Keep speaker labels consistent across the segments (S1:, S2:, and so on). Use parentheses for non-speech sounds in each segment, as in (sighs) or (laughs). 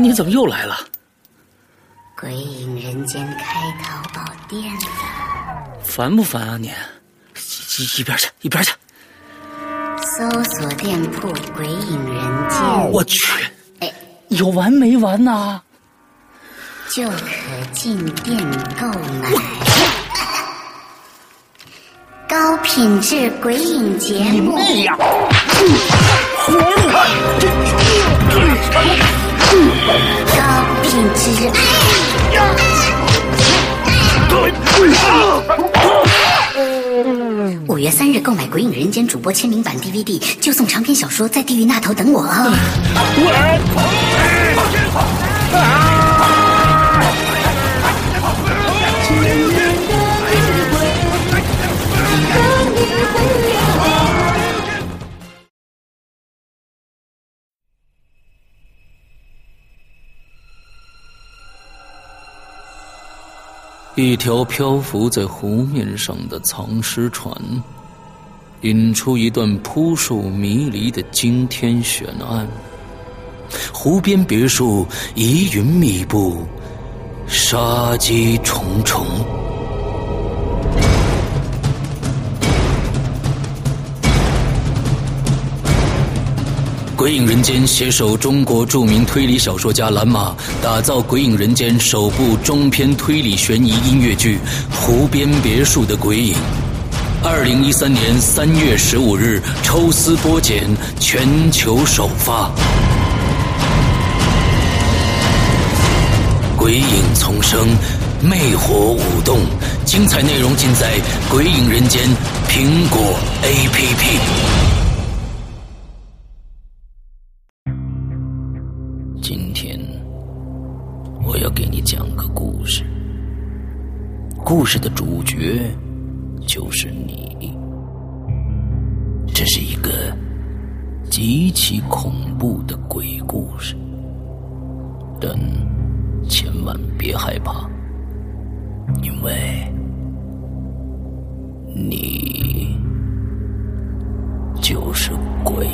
S1: 你怎么又来了？
S2: 鬼影人间开淘宝店了，
S1: 烦不烦啊你？一一边去，一边去！
S2: 搜索店铺“鬼影人间”。
S1: 我去，有完没完呐、
S2: 就可进店购买。高品质鬼影节目，高品质。五月三日购买《鬼影人间》主播签名版 DVD，就送长篇小说《在地狱那头等我》哦。
S3: 一条漂浮在湖面上的藏尸船，引出一段扑朔迷离的惊天悬案。湖边别墅疑云密布，杀机重重。鬼影人间携手中国著名推理小说家蓝马，打造鬼影人间首部中篇推理悬疑音乐剧《湖边别墅的鬼影》。二零一三年三月十五日抽丝剥茧，全球首发。鬼影丛生，魅火舞动，精彩内容尽在《鬼影人间》苹果 APP。今天我要给你讲个故事，故事的主角就是你。这是一个极其恐怖的鬼故事，但千万别害怕，因为你就是鬼。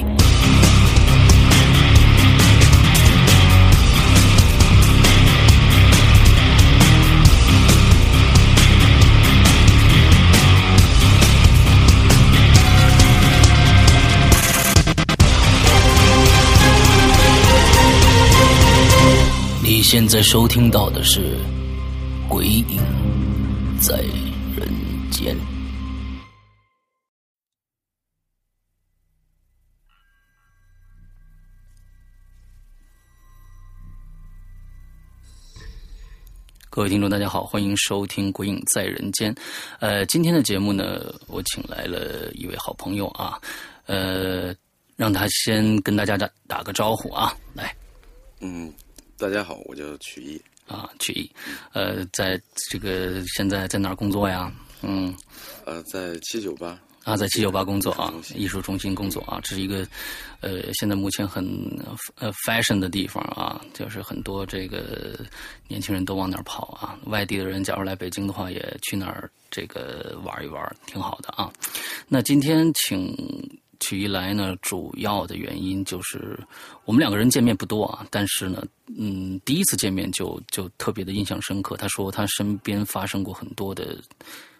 S3: 你现在收听到的是《鬼影在人间》。各位听众，大家好，欢迎收听《鬼影在人间》。呃，今天的节目呢，我请来了一位好朋友啊，呃，让他先跟大家打打个招呼啊，来。
S4: 嗯，大家好，我叫曲艺，
S3: 啊，曲艺，呃，在这个现在在哪儿工作呀？嗯，
S4: 呃，在七九八，
S3: 啊，在七九八工作啊
S4: 艺术中，心
S3: 艺术中心工作啊，这是一个，呃，现在目前很呃 fashion 的地方啊，就是很多这个年轻人都往那儿跑啊，外地的人假如来北京的话，也去那儿这个玩一玩，挺好的啊。那今天请曲一来呢，主要的原因就是我们两个人见面不多啊，但是呢，嗯，第一次见面就就特别的印象深刻。他说他身边发生过很多的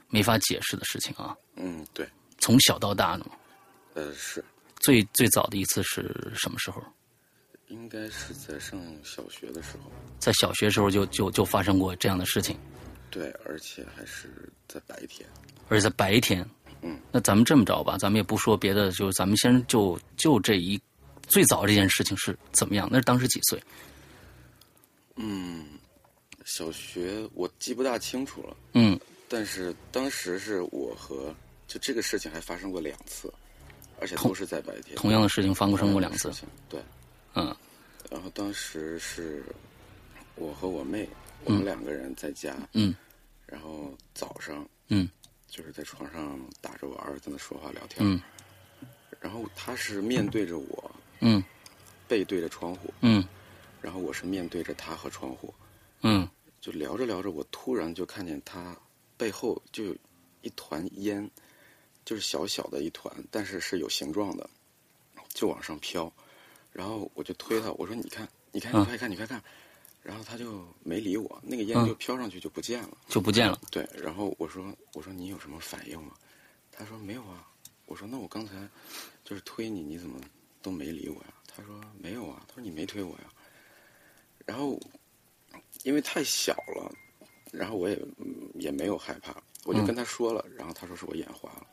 S3: 没法解释的事情啊。
S4: 嗯，对，
S3: 从小到大呢，
S4: 呃，是，
S3: 最最早的一次是什么时候？
S4: 应该是在上小学的时候，
S3: 在小学时候就就就发生过这样的事情，
S4: 对，而且还是在白天，
S3: 而且在白天。
S4: 嗯，
S3: 那咱们这么着吧，咱们也不说别的，就是咱们先就就这一最早这件事情是怎么样？那是当时几岁？
S4: 小学我记不大清楚了，
S3: 嗯，
S4: 但是当时是我和就这个事情还发生过两次，而且都是在白天，
S3: 同样的事情发生过两次
S4: 事。情，对，
S3: 嗯
S4: 然后当时是我和我妹，我们两个人在家，
S3: 嗯，
S4: 然后早上
S3: 嗯
S4: 就是在床上打着玩儿，在那说话聊天，
S3: 嗯
S4: 然后他是面对着我，
S3: 嗯
S4: 背对着窗户，
S3: 嗯
S4: 然后我是面对着他和窗户，
S3: 嗯
S4: 就聊着聊着，我突然就看见他背后就有一团烟，就是小小的一团，但是是有形状的，就往上飘。然后我就推他，我说：“你看，你看，
S3: 嗯
S4: 你快看，你快看。然后他就没理我，那个烟
S3: 嗯
S4: 就飘上去就不见了。
S3: 就不见了。
S4: 对，然后我说我说你有什么反应吗？他说没有啊。我说那我刚才就是推你，你怎么都没理我呀？他说没有啊，他说你没推我呀。然后因为太小了，然后我也嗯也没有害怕，我
S3: 嗯
S4: 就跟他说了，然后他说是我眼花了。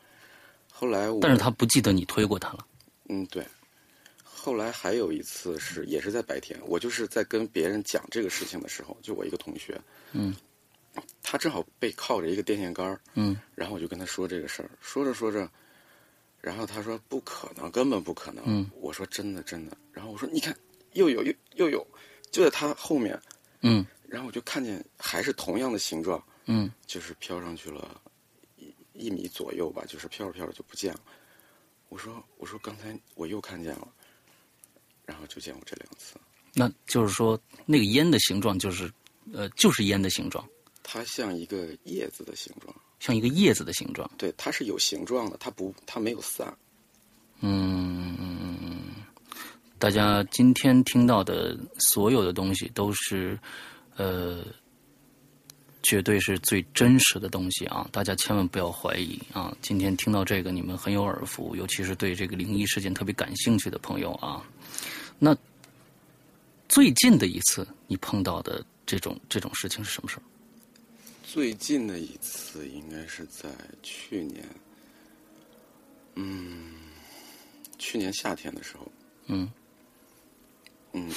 S4: 后来我
S3: 但是他不记得你推过他了。
S4: 嗯，对。后来还有一次是，也是在白天，我就是在跟别人讲这个事情的时候，就我一个同学，
S3: 嗯，
S4: 他正好背靠着一个电线杆儿
S3: 嗯
S4: 然后我就跟他说这个事儿，说着说着，然后他说不可能，根本不可能，
S3: 嗯
S4: 我说真的真的，然后我说你看又有又又有，就在他后面，
S3: 嗯
S4: 然后我就看见还是同样的形状，
S3: 嗯
S4: 就是飘上去了一一米左右吧，就是飘着飘着就不见了。我说我说刚才我又看见了，然后就见过这两次。
S3: 那就是说那个烟的形状就是，呃，就是烟的形状，
S4: 它像一个叶子的形状，
S3: 像一个叶子的形状。
S4: 对，它是有形状的，它不，它没有散。
S3: 嗯，大家今天听到的所有的东西都是，呃，绝对是最真实的东西啊！大家千万不要怀疑啊！今天听到这个，你们很有耳福，尤其是对这个灵异事件特别感兴趣的朋友啊。那最近的一次你碰到的这种这种事情是什么事儿？
S4: 最近的一次应该是在去年，嗯，去年夏天的时候，
S3: 嗯
S4: 嗯，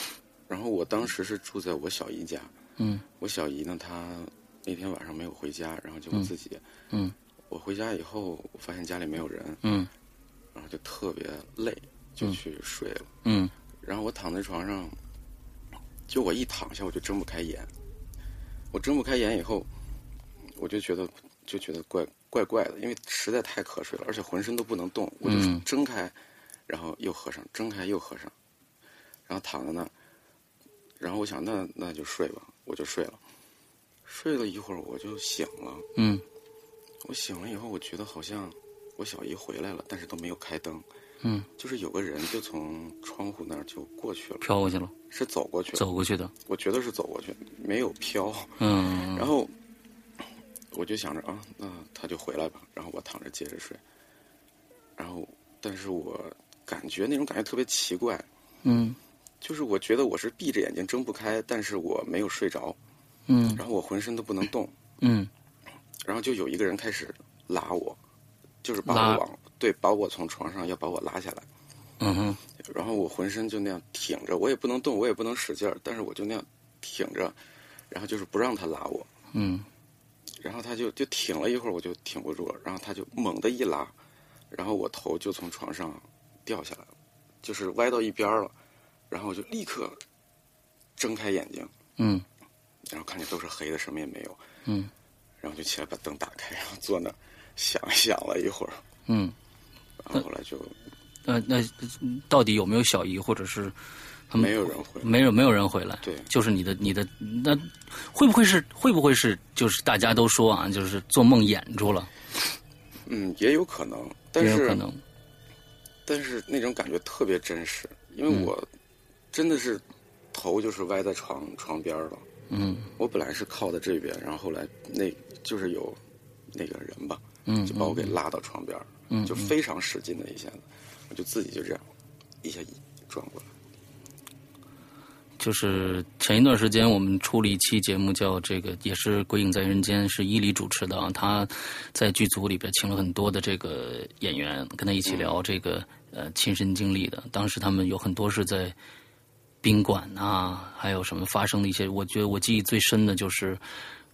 S4: 然后我当时是住在我小姨家，
S3: 嗯
S4: 我小姨呢，她那天晚上没有回家，然后就我自己。
S3: 嗯
S4: 我回家以后，我发现家里没有人，
S3: 嗯
S4: 然后就特别累，就去睡了。
S3: 嗯
S4: 然后我躺在床上，就我一躺下我就睁不开眼，我睁不开眼以后，我就觉得就觉得怪怪怪的，因为实在太瞌睡了，而且浑身都不能动，我就
S3: 嗯
S4: 睁开，然后又合上，睁开又合上，然后躺在那儿，然后我想那那就睡吧，我就睡了，睡了一会儿我就醒了，
S3: 嗯
S4: 我醒了以后我觉得好像我小姨回来了，但是都没有开灯，
S3: 嗯，
S4: 就是有个人就从窗户那儿就过去了。
S3: 飘过去了，
S4: 是走过去，
S3: 走过去的。
S4: 我觉得是走过去，没有飘。
S3: 嗯
S4: (laughs) 然后我就想着啊，那他就回来吧。然后我躺着接着睡，然后但是我感觉那种感觉特别奇怪，
S3: 嗯
S4: 就是我觉得我是闭着眼睛睁不开，但是我没有睡着，
S3: 嗯
S4: 然后我浑身都不能
S3: (laughs)
S4: 动，
S3: 嗯
S4: 然后就有一个人开始拉我，就是把
S3: 拉
S4: 我往对把我从床上要把我拉下来。
S3: 嗯哼
S4: 然后我浑身就那样挺着，我也不能动，我也不能使劲儿，但是我就那样挺着，然后就是不让他拉我，
S3: 嗯
S4: 然后他就就挺了一会儿，我就挺不住了，然后他就猛地一拉，然后我头就从床上掉下来了，就是歪到一边儿了，然后我就立刻睁开眼睛，
S3: 嗯
S4: 然后看见都是黑的，什么也没有，
S3: 嗯
S4: 然后就起来把灯打开，然后坐那儿想一想了一会儿，
S3: 嗯。
S4: 然后后来就
S3: 那那嗯到底有没有小姨，或者是他们
S4: 没有人回来。
S3: 没有没有人回来？
S4: 对
S3: 就是你的你的那会不会是会不会是就是大家都说啊，就是做梦演出了，
S4: 嗯，也有可能，但
S3: 也有
S4: 是
S3: 可能。
S4: 但是那种感觉特别真实，因
S3: 嗯
S4: 为我真的是头就是歪在床床边儿了。
S3: 嗯
S4: 我本来是靠在这边，然后后来那就是有那个人吧，
S3: 嗯
S4: 就把我给拉到床边儿，
S3: 嗯
S4: 就非常使劲的一下子，我就自己就这样一下转过来。
S3: 就是前一段时间我们出了一期节目，叫这个也是《鬼影在人间》，是伊犁主持的啊。他在剧组里边请了很多的这个演员，跟他一
S4: 嗯
S3: 起聊这个、呃亲身经历的。当时他们有很多是在宾馆啊，还有什么发生的一些，我觉得我记忆最深的就是，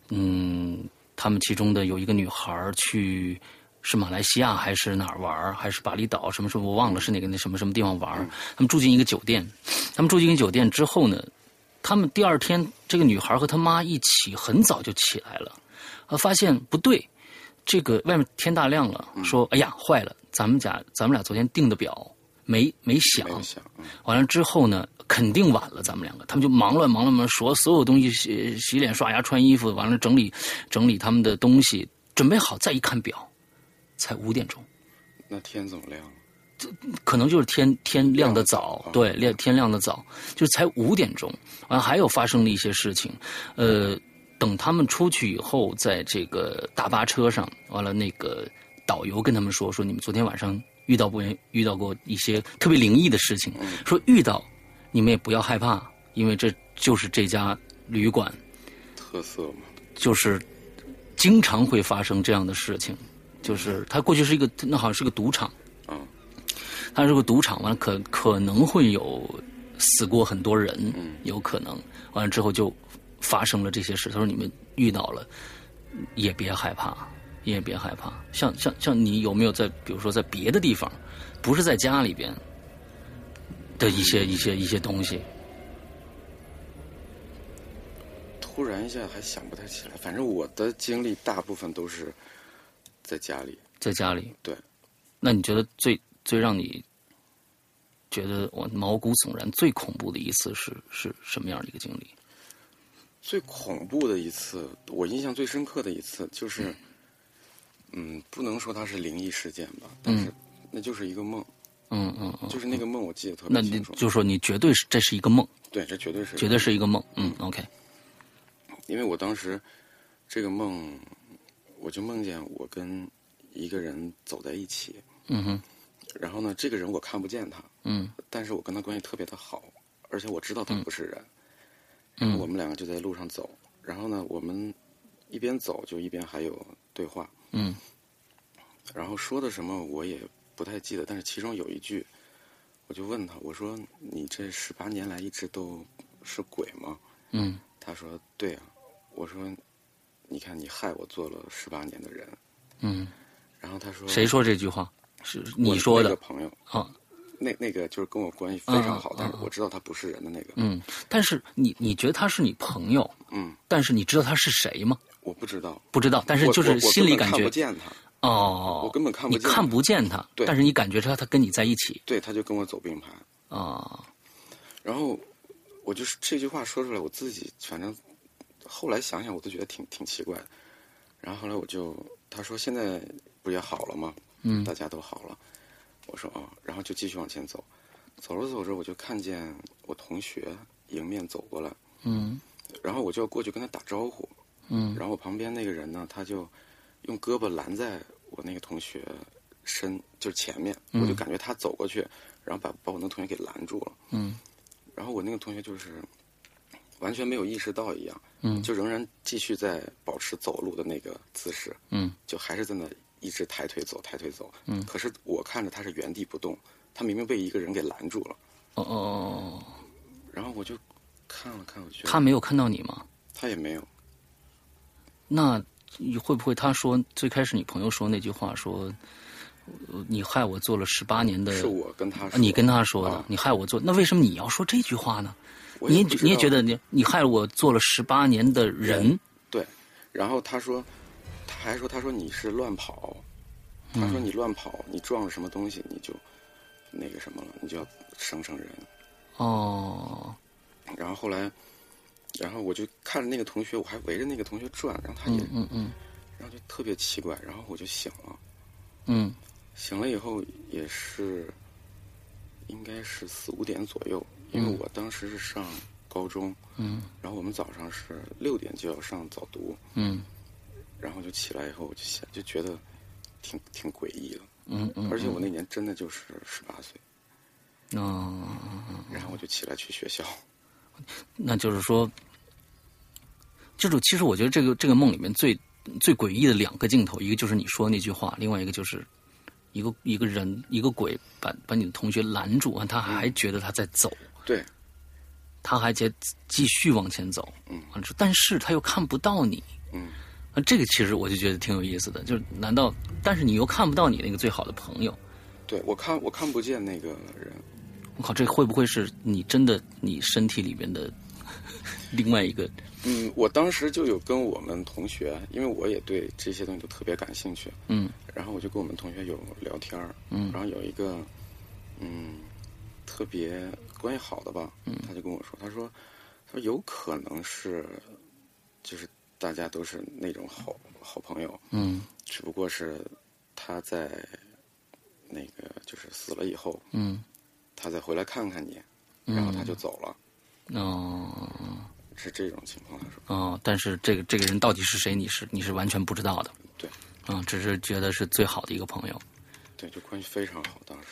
S3: 嗯，他们其中的有一个女孩儿去。是马来西亚还是哪儿玩儿还是巴厘岛？什么什么我忘了是哪个那什么什么地方玩儿他们住进一个酒店，他们住进一个酒店之后呢，他们第二天，这个女孩和她妈一起很早就起来了，啊，发现不对，这个外面天大亮了，说哎呀坏了，咱们家咱们俩昨天订的表没没响
S4: 没，有想，嗯，
S3: 完了之后呢，肯定晚了，咱们两个，他们就忙乱忙乱忙乱说所有东西洗洗脸、刷牙、穿衣服，完了整理整理他们的东西，准备好再一看表，才五点钟。
S4: 那天怎么亮了？
S3: 可能就是天天亮的早
S4: 啊，
S3: 对，亮天亮的早，就是才五点钟。完、还有发生了一些事情，呃，等他们出去以后，在这个大巴车上，完了那个导游跟他们说，说你们昨天晚上遇到不遇到过一些特别灵异的事情，说遇到你们也不要害怕，因为这就是这家旅馆
S4: 特色嘛，
S3: 就是经常会发生这样的事情，就是它过去是一个那好像是个赌场，
S4: 嗯，
S3: 它是个赌场，完了可可能会有死过很多人，
S4: 嗯
S3: 有可能，完了之后就发生了这些事。他说你们遇到了也别害怕，也别害怕。像像像你有没有在比如说在别的地方，不是在家里边的一
S4: 嗯
S3: 些一些一些东西？
S4: 突然一下还想不太起来。反正我的经历大部分都是在家里，
S3: 在家里。
S4: 对，
S3: 那你觉得最最让你觉得我毛骨悚然、最恐怖的一次是是什么样的一个经历？
S4: 最恐怖的一次，我印象最深刻的一次就是，嗯，不能说它是灵异事件吧，但是那就是一个梦，
S3: 嗯嗯嗯，
S4: 就是那个梦我记得特
S3: 那
S4: 别
S3: 你
S4: 清楚。
S3: 就说你绝对是这是一个梦，
S4: 对，这绝对是，
S3: 绝对是一个梦。嗯，OK，
S4: 因为我当时这个梦，我就梦见我跟一个人走在一起，
S3: 嗯哼，
S4: 然后呢，这个人我看不见他，
S3: 嗯
S4: 但是我跟他关系特别的好，而且我知道他不是人。
S3: 嗯
S4: 然后我们两个就在路上走，然后呢，我们一边走就一边还有对话，
S3: 嗯
S4: 然后说的什么我也不太记得，但是其中有一句，我就问他，我说你这十八年来一直都是鬼吗？
S3: 嗯
S4: 他说对啊，我说你看你害我做了十八年的人。
S3: 嗯，
S4: 然后他说
S3: 谁？说这句话？是
S4: 我
S3: 你说
S4: 那
S3: 的
S4: 个朋友，
S3: 啊？
S4: 那那个就是跟我关系非常好，但是我知道他不是人的那个，
S3: 嗯，但是你你觉得他是你朋友，
S4: 嗯，
S3: 但是你知道他是谁吗？
S4: 我不知道，
S3: 不知道，但是
S4: 我
S3: 就
S4: 我
S3: 是
S4: 我
S3: 心
S4: 根
S3: 里
S4: 本
S3: 感
S4: 看
S3: 觉
S4: 不见他，
S3: 哦，
S4: 我根本看不
S3: 你
S4: 见他
S3: 看不见他，
S4: 对
S3: 但是你感觉他他跟你在一起
S4: 对，他就跟我走并排，
S3: 啊。
S4: 然后我就是这句话说出来，我自己反正后来想想，我都觉得挺挺奇怪的。然后后来我就他说现在不也好了吗？嗯，大家都好了。我说啊、然后就继续往前走，走着走着我就看见我同学迎面走过来，
S3: 嗯
S4: 然后我就要过去跟他打招呼，
S3: 嗯
S4: 然后我旁边那个人呢，他就用胳膊拦在我那个同学身，就是前面，我就感觉他走过去，然后把把我那同学给拦住了。
S3: 嗯
S4: 然后我那个同学就是完全没有意识到一样，
S3: 嗯
S4: 就仍然继续在保持走路的那个姿势，
S3: 嗯
S4: 就还是在那一直抬腿走，抬腿走。
S3: 嗯
S4: 可是我看着他是原地不动，他明明被一个人给拦住了，
S3: 哦哦哦，哦
S4: 然后我就看了看，我觉得
S3: 他没有看到你吗？
S4: 他也没有，
S3: 那会不会他说最开始你朋友说那句话说，呃你害我做了十八年的，
S4: 是我跟他
S3: 啊
S4: 说，
S3: 你跟他说的，
S4: 啊
S3: 你害我做，那为什么你要说这句话呢？
S4: 我
S3: 你也
S4: 不知
S3: 你也
S4: 道
S3: 觉得你你害我做了十八年的人
S4: 人，对，然后他说，他还说，他说你是乱跑，
S3: 嗯
S4: 他说你乱跑，你撞了什么东西，你就那个什么了，你就要生成人。
S3: 哦，
S4: 然后后来，然后我就看着那个同学，我还围着那个同学转，然后他也，
S3: 嗯嗯嗯
S4: 然后就特别奇怪，然后我就醒了，
S3: 嗯
S4: 醒了以后也是，应该是四五点左右，因为我当时是上高中，
S3: 嗯
S4: 然后我们早上是六点就要上早读，
S3: 嗯
S4: 然后就起来以后，我就想就觉得挺挺诡异的，
S3: 嗯嗯，
S4: 而且我那年真的就是十八岁，
S3: 哦。
S4: 然后我就起来去学校，
S3: 那就是说，就是其实我觉得这个这个梦里面最最诡异的两个镜头，一个就是你说那句话，另外一个就是一个一个人一个鬼把把你的同学拦住，他
S4: 嗯
S3: 还觉得他在走，
S4: 对，
S3: 他还接继续往前走，
S4: 嗯
S3: 啊，但是他又看不到你，
S4: 嗯，
S3: 那这个其实我就觉得挺有意思的，就是难道但是你又看不到你那个最好的朋友？
S4: 对我看我看不见那个人，
S3: 我靠，这会不会是你真的你身体里面的 (laughs) 另外一个？
S4: 嗯，我当时就有跟我们同学，因为我也对这些东西都特别感兴趣，
S3: 嗯
S4: 然后我就跟我们同学有聊天儿，
S3: 嗯
S4: 然后有一个，嗯，特别关系好的吧，
S3: 嗯
S4: 他就跟我说，他说，他说有可能是，就是大家都是那种好好朋友，
S3: 嗯
S4: 只不过是他在那个就是死了以后，
S3: 嗯，
S4: 他再回来看看你，然后他就走了，
S3: 哦
S4: 是这种情况来说，
S3: 哦，但是这个这个人到底是谁，你是你是完全不知道的，
S4: 对
S3: 嗯，只是觉得是最好的一个朋友。
S4: 对，就关系非常好，当时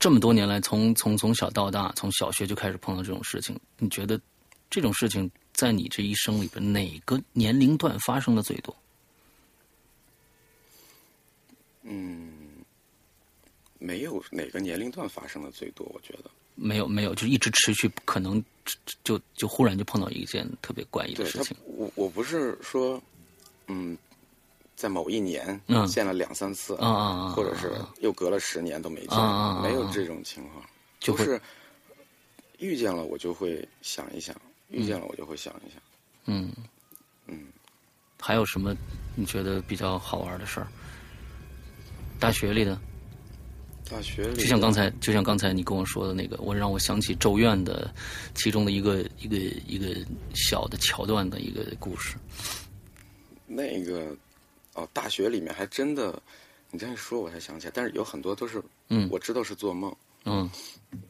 S3: 这么多年来，从从从小到大，从小学就开始碰到这种事情，你觉得这种事情在你这一生里边哪个年龄段发生的最多？
S4: 嗯，没有哪个年龄段发生的最多，我觉得，
S3: 没有没有，就一直持续，可能就就就忽然就碰到一件特别怪异的
S4: 对
S3: 事
S4: 他
S3: 情。，
S4: 我我不是说，嗯，在某一年
S3: 嗯
S4: 见了两三次，
S3: 啊啊啊啊
S4: 或者是又隔了十年都没见，
S3: 啊啊啊啊
S4: 没有这种情况，
S3: 就会
S4: 是遇见了我就会想一想，遇见了我就会想一想。
S3: 嗯，
S4: 嗯，
S3: 还有什么你觉得比较好玩的事儿？大学里的，
S4: 大学里
S3: 就像刚才，就像刚才你跟我说的那个，我让我想起《咒怨》的其中的一个一个一个小的桥段的一个故事。
S4: 那个哦，大学里面还真的，你这样一说我才想起来，但是有很多都是
S3: 嗯
S4: 我知道是做梦，
S3: 嗯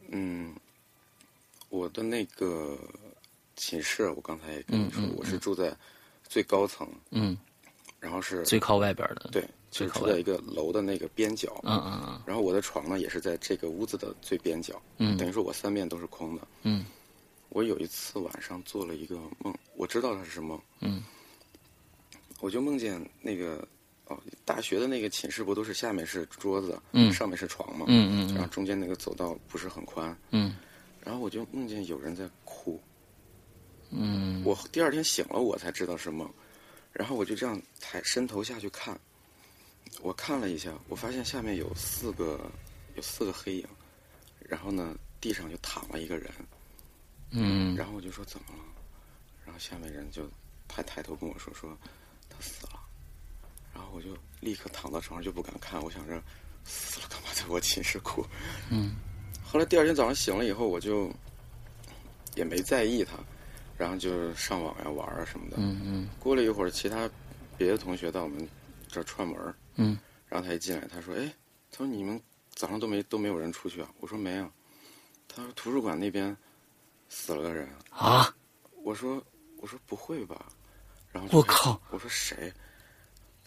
S4: 嗯，我的那个寝室，我刚才也跟你说，我是住在最高层，
S3: 嗯，
S4: 然后是
S3: 最靠外边的。
S4: 对，
S3: 最
S4: 就是
S3: 靠
S4: 住
S3: 外
S4: 在一个楼的那个边角，
S3: 嗯，嗯嗯
S4: 然后我的床呢也是在这个屋子的最边角，
S3: 嗯
S4: 等于说我三面都是空的。
S3: 嗯
S4: 我有一次晚上做了一个梦，我知道它是梦，
S3: 嗯
S4: 我就梦见那个哦，大学的那个寝室不都是下面是桌子，
S3: 嗯
S4: 上面是床嘛，
S3: 嗯嗯
S4: 然后中间那个走道不是很宽，
S3: 嗯
S4: 然后我就梦见有人在哭，
S3: 嗯
S4: 我第二天醒了，我才知道是梦，然后我就这样抬伸头下去看，我看了一下，我发现下面有四个有四个黑影，然后呢地上就躺了一个人，
S3: 嗯
S4: 然后我就说怎么了，然后下面人就他抬头跟我说说他死了，然后我就立刻躺到床上就不敢看，我想着死了干嘛在我寝室哭，
S3: 嗯，
S4: (laughs) 后来第二天早上醒了以后，我就也没在意他，然后就上网呀玩啊什么的，
S3: 嗯嗯
S4: 过了一会儿，其他别的同学到我们这儿串门儿，
S3: 嗯
S4: 然后他一进来，他说：“哎，他说你们早上都没都没有人出去啊？”我说：“没有。”他说：“图书馆那边死了个人。
S3: 啊！”
S4: 我说：“我说不会吧？”然后就
S3: 我
S4: 开始
S3: 靠！
S4: 我说谁？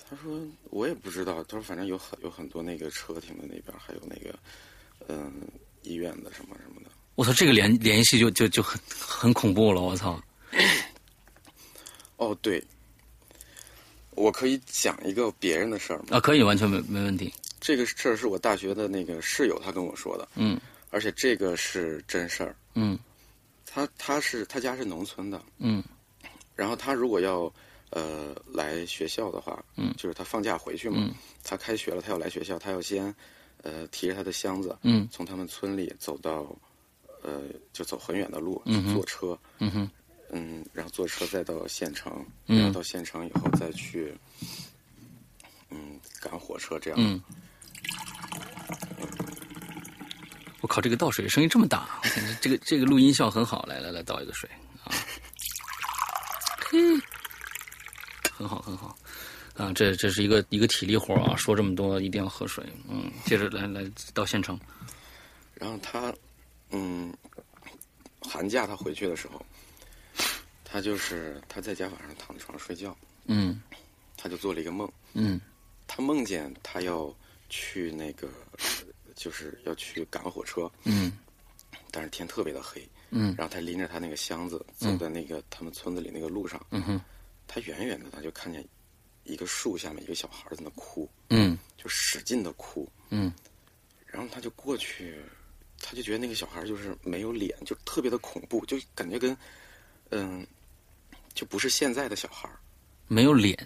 S4: 他说我也不知道。他说反正有很有很多那个车停在那边，还有那个嗯医院的什么什么的。
S3: 我操，这个联联系就就就很很恐怖了！我操，
S4: 哦，对，我可以讲一个别人的事儿吗？
S3: 啊，可以，完全没没问题。
S4: 这个事儿是我大学的那个室友他跟我说的，
S3: 嗯
S4: 而且这个是真事儿。
S3: 嗯
S4: 他他是他家是农村的，
S3: 嗯
S4: 然后他如果要呃来学校的话，
S3: 嗯
S4: 就是他放假回去嘛，
S3: 嗯
S4: 他开学了，他要来学校，他要先呃提着他的箱子，
S3: 嗯
S4: 从他们村里走到呃就走很远的路，
S3: 嗯哼
S4: 坐车，
S3: 嗯哼
S4: 嗯，然后坐车再到县城，
S3: 嗯
S4: 然后到县城以后再去嗯赶火车这样，
S3: 嗯。我靠，这个倒水声音这么大啊，我感觉这个这个录音效很好。来来来，倒一个水啊， (laughs) 嘿，很好很好。啊，这这是一个一个体力活啊，说这么多一定要喝水。嗯，接着来来到县城，
S4: 然后他，嗯，寒假他回去的时候，他就是他在家晚上躺在床上睡觉，
S3: 嗯
S4: 他就做了一个梦，
S3: 嗯
S4: 他梦见他要去那个，就是要去赶火车，
S3: 嗯
S4: 但是天特别的黑，
S3: 嗯
S4: 然后他拎着他那个箱子走在那个他们村子里那个路上，
S3: 嗯哼
S4: 他远远的他就看见一个树下面一个小孩在那哭，
S3: 嗯
S4: 就使劲的哭，
S3: 嗯
S4: 然后他就过去，他就觉得那个小孩就是没有脸，就特别的恐怖，就感觉跟，嗯，就不是现在的小孩儿
S3: 没有脸，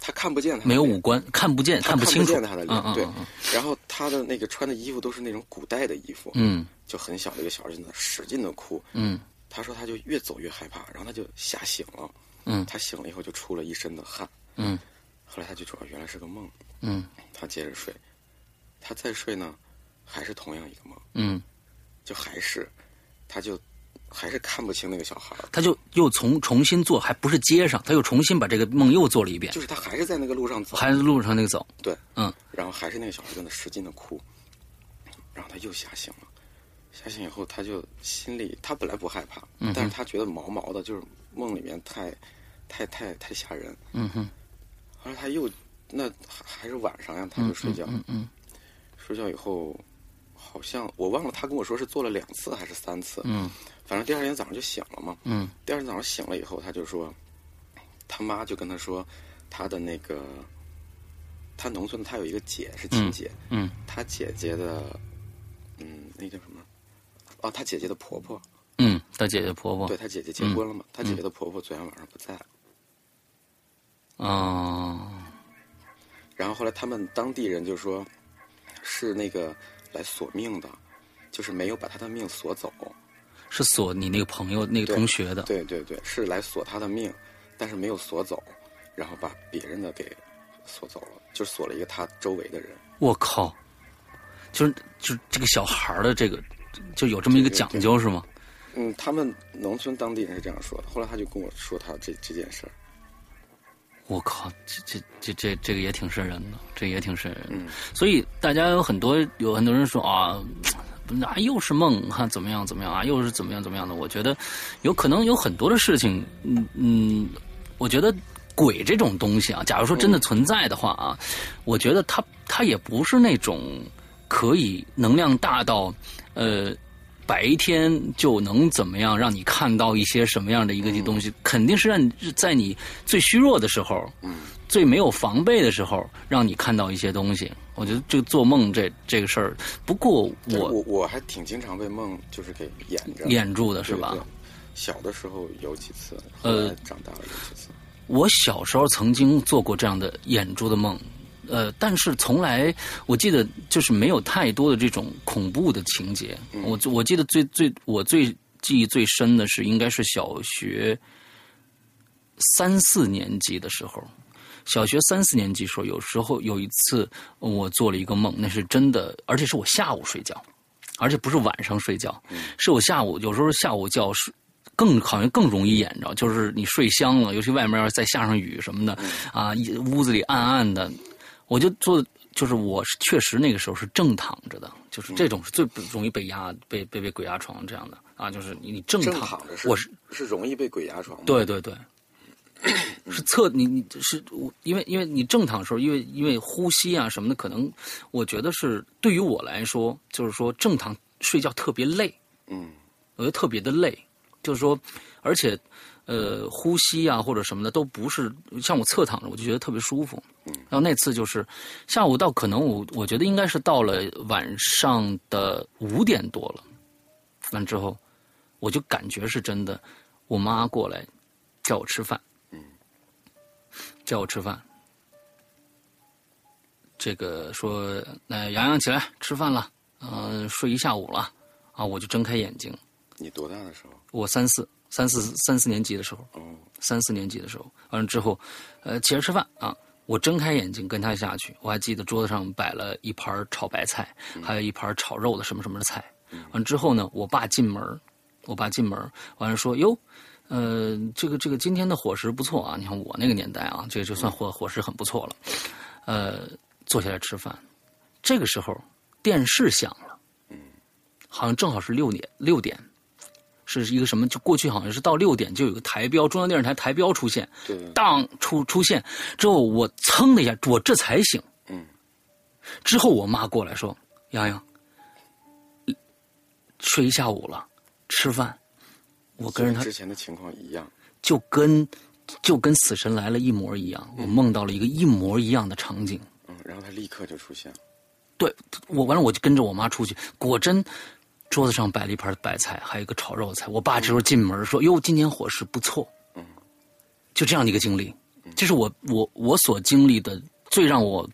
S4: 他看不见他的
S3: 没有
S4: 脸
S3: 五官，看不见，
S4: 他
S3: 不清楚。
S4: 见他的脸，
S3: 嗯嗯
S4: 对
S3: 嗯嗯。
S4: 然后他的那个穿的衣服都是那种古代的衣服，
S3: 嗯
S4: 就很小的一个小孩在那使劲的哭。
S3: 嗯
S4: 他说他就越走越害怕，然后他就吓醒了。
S3: 嗯
S4: 他醒了以后就出了一身的汗，
S3: 嗯
S4: 后来他就说原来是个梦，
S3: 嗯
S4: 他接着睡，他再睡呢，还是同样一个梦。
S3: 嗯
S4: 就还是，他就还是看不清那个小孩儿，
S3: 他就又重重新做，还不是街上，他又重新把这个梦又做了一遍，
S4: 就是他还是在那个路上走，
S3: 还是路上那个走，
S4: 对，
S3: 嗯，
S4: 然后还是那个小孩在那使劲的哭，然后他又吓醒了，吓醒以后他就心里他本来不害怕，
S3: 嗯
S4: 但是他觉得毛毛的，就是梦里面太太太太吓人，
S3: 嗯哼，
S4: 后来他又那还还是晚上呀，他就睡觉，
S3: 嗯嗯
S4: 睡觉以后好像我忘了他跟我说是做了两次还是三次，
S3: 嗯
S4: 反正第二天早上就醒了嘛，
S3: 嗯
S4: 第二天早上醒了以后，他就说，他妈就跟他说，他的那个，他农村的他有一个姐是亲姐，
S3: 嗯
S4: 他姐姐的，嗯，那叫什么？哦，他姐姐的婆婆，
S3: 嗯，他姐姐婆婆
S4: 对，他姐姐结婚了嘛？他姐姐的婆婆昨天晚上不在，
S3: 啊，
S4: 然后后来他们当地人就说，是那个来索命的，就是没有把他的命索走。
S3: 是锁你那个朋友那个
S4: 对
S3: 同学的，
S4: 对对对，是来索他的命，但是没有索走，然后把别人的给索走了，就索了一个他周围的人。
S3: 我靠，就是就是这个小孩儿的这个就有这么一个
S4: 对对
S3: 讲究是吗？
S4: 嗯，他们农村当地人是这样说的。后来他就跟我说他这这件事儿，
S3: 我靠，这这这这这个也挺瘆人的，这个也挺瘆人的。所以大家有很多有很多人说啊，不是啊又是梦哈、怎么样怎么样啊，又是怎么样怎么样的。我觉得有可能有很多的事情，嗯嗯，我觉得鬼这种东西啊，假如说真的存在的话啊，我觉得它它也不是那种可以能量大到呃。白天就能怎么样让你看到一些什么样的一个东西，肯定是让你在你最虚弱的时候，最没有防备的时候，让你看到一些东西。我觉得这个做梦这这个事儿，不过
S4: 但是
S3: 我
S4: 我我还挺经常被梦就是给演着
S3: 掩住的
S4: 对
S3: 是吧？
S4: 对小的时候有几次，后
S3: 呃
S4: 来长大了有几次。
S3: 我小时候曾经做过这样的眼珠的梦，呃，但是从来我记得就是没有太多的这种恐怖的情节。
S4: 嗯
S3: 我我记得最最我最记忆最深的是，应该是小学三四年级的时候。小学三四年级时候，有时候有一次我做了一个梦，那是真的，而且是我下午睡觉，而且不是晚上睡觉，
S4: 嗯
S3: 是我下午有时候下午觉睡更好像更容易演着，就是你睡香了，尤其外面要再下上雨什么的，
S4: 嗯
S3: 啊，一屋子里暗暗的，我就做，就是我是确实那个时候是正躺着的，就是
S4: 嗯
S3: 这种是最不容易被压被被被鬼压床这样的啊，就是你你正
S4: 正
S3: 躺，
S4: 躺着
S3: 我
S4: 是
S3: 是
S4: 是容易被鬼压床吗？
S3: 对对对，是侧你你是我，因为因为你正躺的时候，因为因为呼吸啊什么的，可能我觉得是对于我来说，就是说正躺睡觉特别累，
S4: 嗯，
S3: 我觉呃得特别的累，就是说，而且呃呼吸啊或者什么的都不是像我侧躺着，我就觉得特别舒服。然后那次就是下午到可能我我觉得应该是到了晚上的五点多了，完之后我就感觉是真的，我妈过来叫我吃饭，叫我吃饭，这个说那洋洋起来吃饭了，嗯、睡一下午了啊，我就睁开眼睛，
S4: 你多大的时候？
S3: 我三四三四三四年级的时候，
S4: 哦，
S3: 三四年级的时候，完了之后，呃，起来吃饭啊。我睁开眼睛跟他下去，我还记得桌子上摆了一盘炒白菜，还有一盘炒肉的什么什么的菜。完了之后呢，我爸进门儿，我爸进门儿，完了说：“哟，呃，这个这个今天的伙食不错啊，你看我那个年代啊，这个就算伙伙食很不错了。”呃，坐下来吃饭，这个时候电视响了，好像正好是六点六点，是一个什么？就过去好像是到六点就有个台标，中央电视台台标出现，
S4: 对，
S3: 当出出现之后，我噌的一下，我这才醒。
S4: 嗯，
S3: 之后我妈过来说：“洋洋，睡一下午了，吃饭。”我跟着她
S4: 之前的情况一样。
S3: 就跟就跟《死神来了》一模一样，我梦到了一个一模一样的场景。
S4: 嗯，然后他立刻就出现了。
S3: 对我完了，我就跟着我妈出去，果真桌子上摆了一盘白菜，还有一个炒肉的菜。我爸这时候进门说：“哟，今天伙食不错。”
S4: 嗯，
S3: 就这样的一个经历，这是我我我所经历的最让我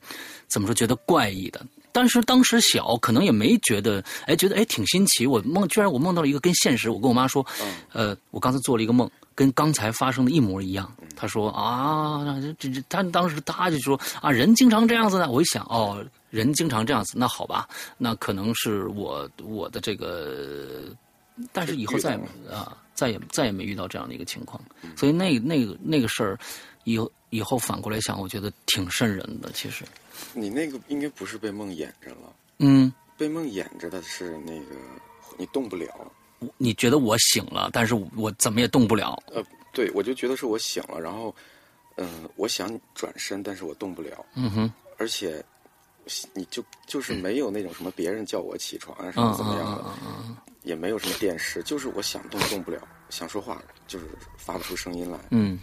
S3: 怎么说觉得怪异的。但是当时小，可能也没觉得，哎，觉得哎挺新奇。我梦居然我梦到了一个跟现实，我跟我妈说，
S4: 嗯
S3: 呃，我刚才做了一个梦，跟刚才发生的一模一样。她说啊，这这，她当时她就说啊，人经常这样子呢。我一想，哦，人经常这样子，那好吧，那可能是我我的这个但是以后再也
S4: 遇到嗯
S3: 没啊，再也再也没遇到这样的一个情况，所以那那个那个事儿，以后以后反过来想，我觉得挺瘆人的。其实，
S4: 你那个应该不是被梦魇着了，
S3: 嗯，
S4: 被梦魇着的是那个你动不了。
S3: 我你觉得我醒了，但是我我怎么也动不了。
S4: 呃，对，我就觉得是我醒了，然后，嗯、我想转身，但是我动不了，
S3: 嗯哼，
S4: 而且你就就是没有那种什么别人叫我起床啊什
S3: 嗯
S4: 么怎
S3: 嗯
S4: 么
S3: 嗯
S4: 样
S3: 嗯
S4: 的，
S3: 嗯嗯，
S4: 也没有什么电视，就是我想动动不了，想说话就是发不出声音来。
S3: 嗯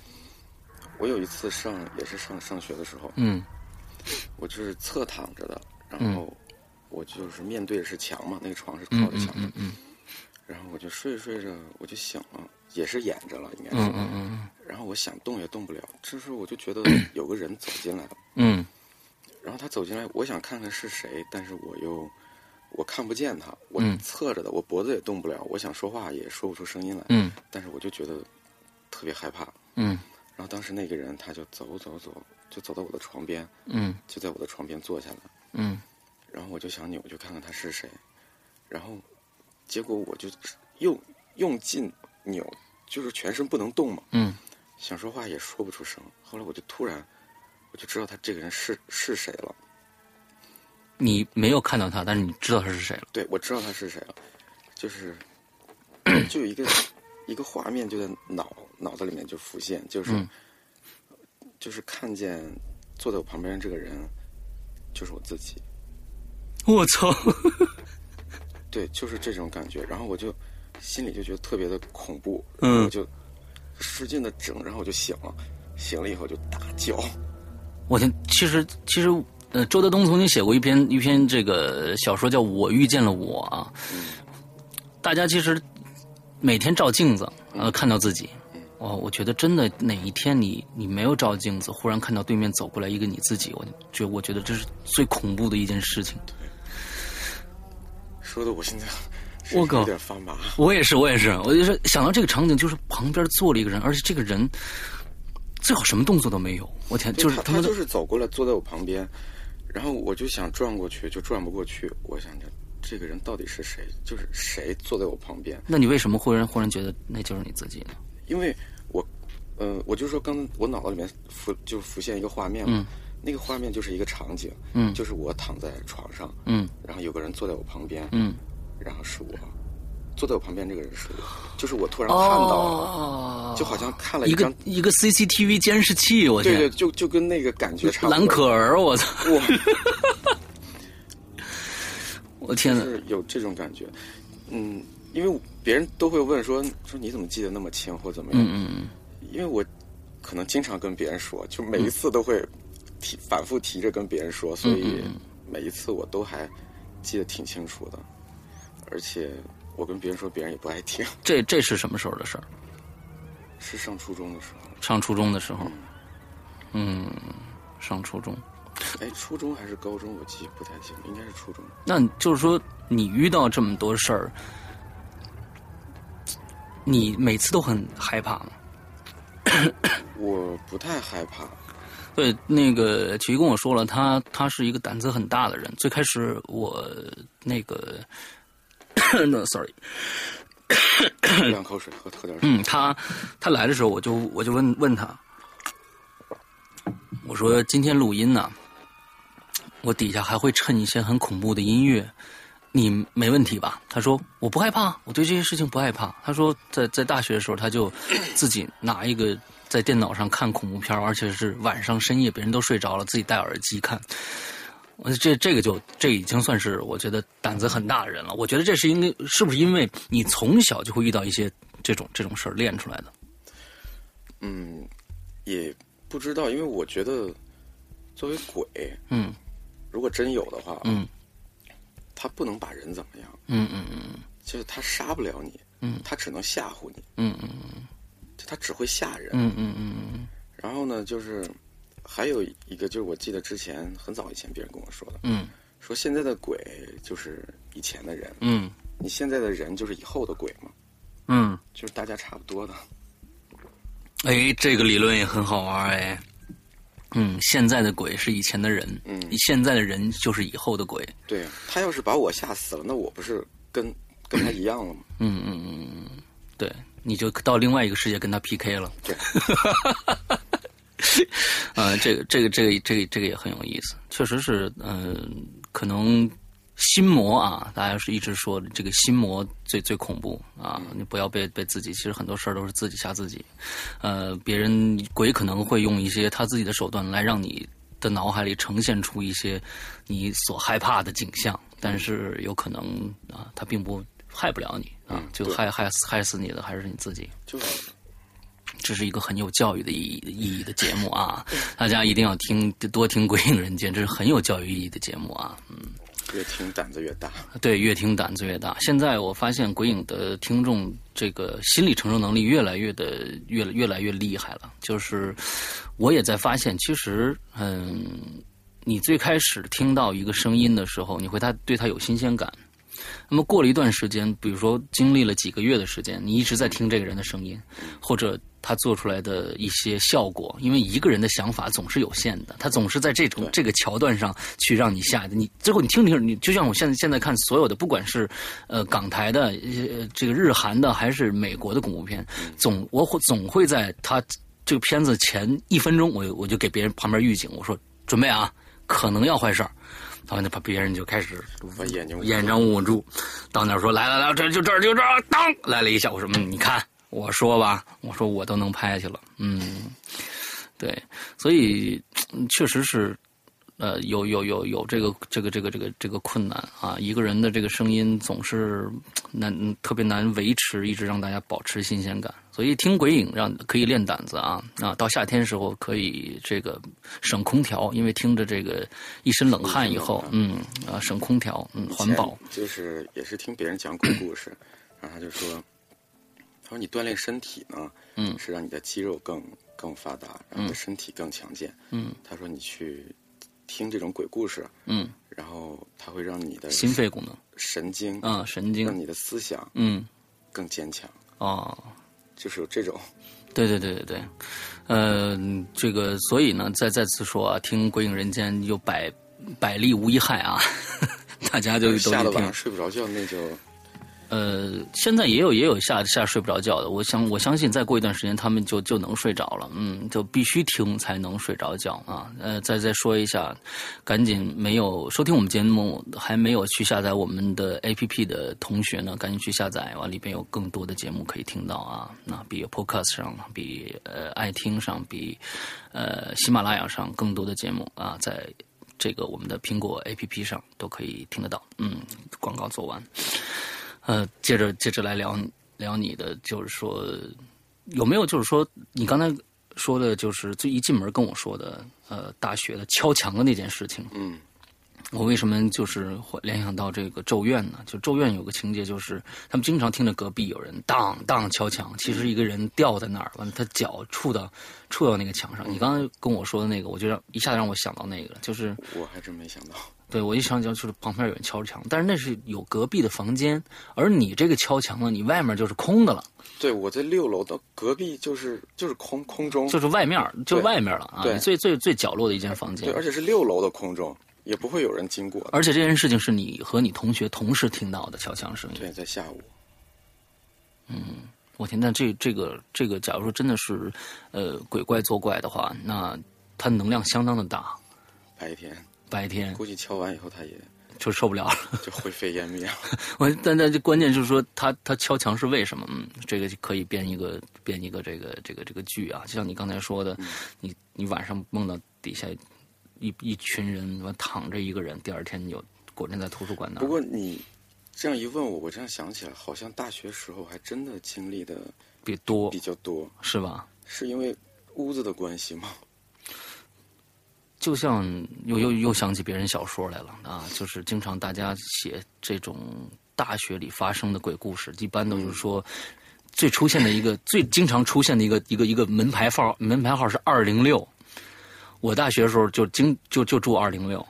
S4: 我有一次上也是上上学的时候，
S3: 嗯
S4: 我就是侧躺着的，然后我就是面对的是墙嘛，那个床是靠着墙的，
S3: 嗯嗯
S4: 然后我就睡着睡着我就醒了，也是掩着了应该是，
S3: 嗯嗯
S4: 然后我想动也动不了，这时候我就觉
S3: (coughs)
S4: 得有个人走进来了，
S3: 嗯
S4: 然后他走进来，我想看看是谁，但是我又我看不见他，我
S3: 嗯
S4: 侧着的，我脖子也动不了，我想说话也说不出声音来，
S3: 嗯
S4: 但是我就觉得特别害怕。
S3: 嗯
S4: 然后当时那个人他就走走走，就走到我的床边，
S3: 嗯
S4: 就在我的床边坐下来，
S3: 嗯
S4: 然后我就想扭去看看他是谁，然后结果我就用用劲扭，就是全身不能动嘛，
S3: 嗯
S4: 想说话也说不出声。后来我就突然，我就知道他这个人是是谁了。
S3: 你没有看到他，但是你知道他是谁了。
S4: 对，我知道他是谁了，就是，就有一个一个画面就在脑脑子里面就浮现，就是、
S3: 嗯
S4: 就是看见坐在我旁边这个人就是我自己，
S3: 我操！
S4: 对，就是这种感觉。然后我就心里就觉得特别的恐怖，
S3: 嗯
S4: 然后我就使劲的整，然后我就醒了，醒了以后就大叫，
S3: 我天，其实其实，呃，周德东曾经写过一篇一篇这个小说叫《我遇见了我》啊，大家其实每天照镜子，呃，看到自己。哦，我觉得真的哪一天你你没有照镜子，忽然看到对面走过来一个你自己，我觉我觉得这是最恐怖的一件事情。
S4: 说的我
S3: (laughs)
S4: 现在是
S3: 我靠
S4: 有点发麻。
S3: 我也是，我也是，我就是想到这个场景，就是旁边坐了一个人，而且这个人最好什么动作都没有。我天，
S4: 对
S3: 就是
S4: 他
S3: 他妈的
S4: 就，是走过来坐在我旁边，然后我就想转过去，就转不过去。我想着这个人到底是谁，就是谁坐在我旁边，
S3: 那你为什么忽然忽然觉得那就是你自己呢？
S4: 因为我，呃，我就说刚我脑子里面浮就浮现一个画面嘛，那个画面就是一个场景，
S3: 嗯
S4: 就是我躺在床上，
S3: 嗯
S4: 然后有个人坐在我旁边，
S3: 嗯。
S4: 然后是我。坐在我旁边这个人是我，就是我突然看到了，
S3: 哦
S4: 就好像看了
S3: 一
S4: 啊张
S3: 个，一个 CCTV 监视器，我
S4: 对
S3: 天，
S4: 对，就就跟那个感觉差不多。
S3: 蓝 (laughs) 可儿，我操，
S4: 哇，
S3: 我天哪！
S4: 是有这种感觉，嗯，因为别人都会问说说你怎么记得那么清或怎么样，
S3: 嗯嗯
S4: 因为我可能经常跟别人说，就每一次都会提反复提着跟别人说，所以每一次我都还记得挺清楚的，而且我跟别人说，别人也不爱听，
S3: 这这是什么时候的事儿？
S4: 是上初中的时
S3: (laughs)
S4: 候，
S3: 上初中的时候，嗯，上初中，
S4: 哎，初中还是高中，我记不太清，应该是初中。
S3: 那你就是说你遇到这么多事儿，你每次都很害怕吗？
S4: 我不太害怕，
S3: 对，那个曲艺跟我说了，他他是一个胆子很大的人。最开始我那个 (coughs) ，no sorry，
S4: 两口水喝喝点水。
S3: 嗯，他他来的时候，我就我就问问他，我说今天录音呢、我底下还会衬一些很恐怖的音乐，你没问题吧？他说我不害怕，我对这些事情不害怕。他说在在大学的时候，他就自己拿一个在电脑上看恐怖片儿，而且是晚上深夜，别人都睡着了，自己戴耳机看。我觉得这这个就这已经算是我觉得胆子很大的人了。我觉得这是因为是不是因为你从小就会遇到一些这种这种事儿练出来的？
S4: 嗯，也不知道，因为我觉得作为鬼，
S3: 嗯
S4: 如果真有的话，
S3: 嗯
S4: 他不能把人怎么样，
S3: 嗯嗯嗯
S4: 就是他杀不了你，
S3: 嗯
S4: 他只能吓唬你，
S3: 嗯嗯
S4: 就他只会吓人。
S3: 嗯嗯嗯
S4: 然后呢，就是还有一个，就是我记得之前很早以前别人跟我说的，
S3: 嗯
S4: 说现在的鬼就是以前的人，
S3: 嗯
S4: 你现在的人就是以后的鬼嘛，
S3: 嗯，
S4: 就是大家差不多的。
S3: 哎，这个理论也很好玩哎。嗯，现在的鬼是以前的人，
S4: 嗯
S3: 现在的人就是以后的鬼。
S4: 啊对呀，他要是把我吓死了，那我不是跟跟他一样了嘛。
S3: 嗯嗯嗯嗯嗯，对，你就到另外一个世界跟他 PK 了。
S4: 对，
S3: 呃，这个这个这个这个这个也很有意思，确实是，呃，可能心魔啊，大家是一直说的这个心魔最最恐怖啊，你不要被被自己，其实很多事儿都是自己吓自己，呃，别人鬼可能会用一些他自己的手段来让你的脑海里呈现出一些你所害怕的景象，但是有可能啊，他并不害不了你啊
S4: 嗯，
S3: 就
S4: 对
S3: 害害死害死你的还是你自己。
S4: 就是
S3: 这是一个很有教育的意义意义的节目啊，大家一定要听多听《鬼影人间》，这是很有教育意义的节目啊。嗯，
S4: 越听胆子越大，
S3: 对，越听胆子越大。现在我发现鬼影的听众这个心理承受能力越来越的越越来越厉害了，就是我也在发现，其实嗯，你最开始听到一个声音的时候，你会他对他有新鲜感。那么过了一段时间，比如说经历了几个月的时间，你一直在听这个人的声音，或者他做出来的一些效果，因为一个人的想法总是有限的，他总是在这种
S4: 对
S3: 这个桥段上去让你下的。你最后你听听，你就像我现在现在看所有的，不管是呃港台的、呃这个日韩的，还是美国的恐怖片，总我会总会在他这个片子前一分钟，我我就给别人旁边预警，我说准备啊，可能要坏事儿。然后就把别人就开始
S4: 把眼睛捂住
S3: 眼睛捂住，到那儿说来来来，这就这儿就这儿，当来了一下，我说嗯，你看我说吧，我说我都能拍去了，嗯，对，所以嗯确实是。呃，有有有有这个这个这个这个这个困难啊！一个人的这个声音总是难，特别难维持，一直让大家保持新鲜感。所以听鬼影让可以练胆子啊啊！到夏天时候可以这个省空调，因为听着这个一身冷汗以后，嗯啊省空调，嗯环保，
S4: 以前就是也是听别人讲鬼故事，然后他就说，他说你锻炼身体呢，
S3: 嗯
S4: 是让你的肌肉更更发达，然后你的身体更强健。
S3: 嗯
S4: 他说你去听这种鬼故事，
S3: 嗯，
S4: 然后它会让你的
S3: 心肺功能
S4: 神经，
S3: 啊神
S4: 让
S3: 经，
S4: 你的思想
S3: 嗯
S4: 更坚强，
S3: 哦。
S4: 就是有这种
S3: 对对对对对，呃，这个所以呢，再再次说啊，听《鬼影人间》有百百利无一害啊， (laughs) 大家就都
S4: 吓
S3: 去
S4: 得晚
S3: 听
S4: 上。睡不着觉，那就
S3: 呃，现在也有也有下下睡不着觉的，我想我相信再过一段时间他们就就能睡着了，嗯，就必须听才能睡着觉啊。呃，再再说一下，赶紧没有收听我们节目还没有去下载我们的 APP 的同学呢，赶紧去下载完，里边有更多的节目可以听到啊。那比 Podcast 上，比呃爱听上，比呃喜马拉雅上更多的节目啊，在。这个我们的苹果 APP 上都可以听得到，嗯，广告做完，呃，接着接着来聊聊你的，就是说有没有就是说你刚才说的，就是最一进门跟我说的，呃，大学的敲墙的那件事情，
S4: 嗯，
S3: 我为什么就是会联想到这个《咒怨》呢？就《咒怨》有个情节，就是他们经常听着隔壁有人当当敲墙，其实一个人掉在那儿，完了他脚触到触到那个墙上。你刚才跟我说的那个，我就让一下让我想到那个了，就是
S4: 我还真没想到。
S3: 对，我一想就是旁边有人敲墙，但是那是有隔壁的房间，而你这个敲墙呢，你外面就是空的了，
S4: 对，我在六楼的隔壁就是就是空空中，
S3: 就是外面就是
S4: 对
S3: 外面了啊，
S4: 对
S3: 你最最最角落的一间房
S4: 对，
S3: 间
S4: 而。且是六楼的空中，也不会有人经过的。
S3: 而且这件事情是你和你同学同时听到的敲墙声音。
S4: 对，在下午，
S3: 我天，那这这个这个，假如说真的是呃鬼怪作怪的话，那它能量相当的大，
S4: 白天
S3: 白天
S4: 估计敲完以后，他也
S3: 就受不了了。
S4: 就灰飞烟灭了。 (laughs)
S3: 我但但这关键就是说，他他敲墙是为什么？嗯，这个就可以编一个编一个这个这个这个剧啊，就像你刚才说
S4: 嗯
S3: 的，你你晚上梦到底下一一群人，完躺着一个人，第二天有果真在图书馆那儿。
S4: 不过你这样一问我，我这样想起来，好像大学时候还真的经历的
S3: 比多
S4: 比较多，
S3: 是吧？
S4: 是因为屋子的关系吗？
S3: 就像又又又想起别人小说来了啊，就是经常大家写这种大学里发生的鬼故事，一般都
S4: 嗯
S3: 是说。最出现的一个最经常出现的一个一个一个门牌号，门牌号是二零六。我大学的时候就经就就住二零六，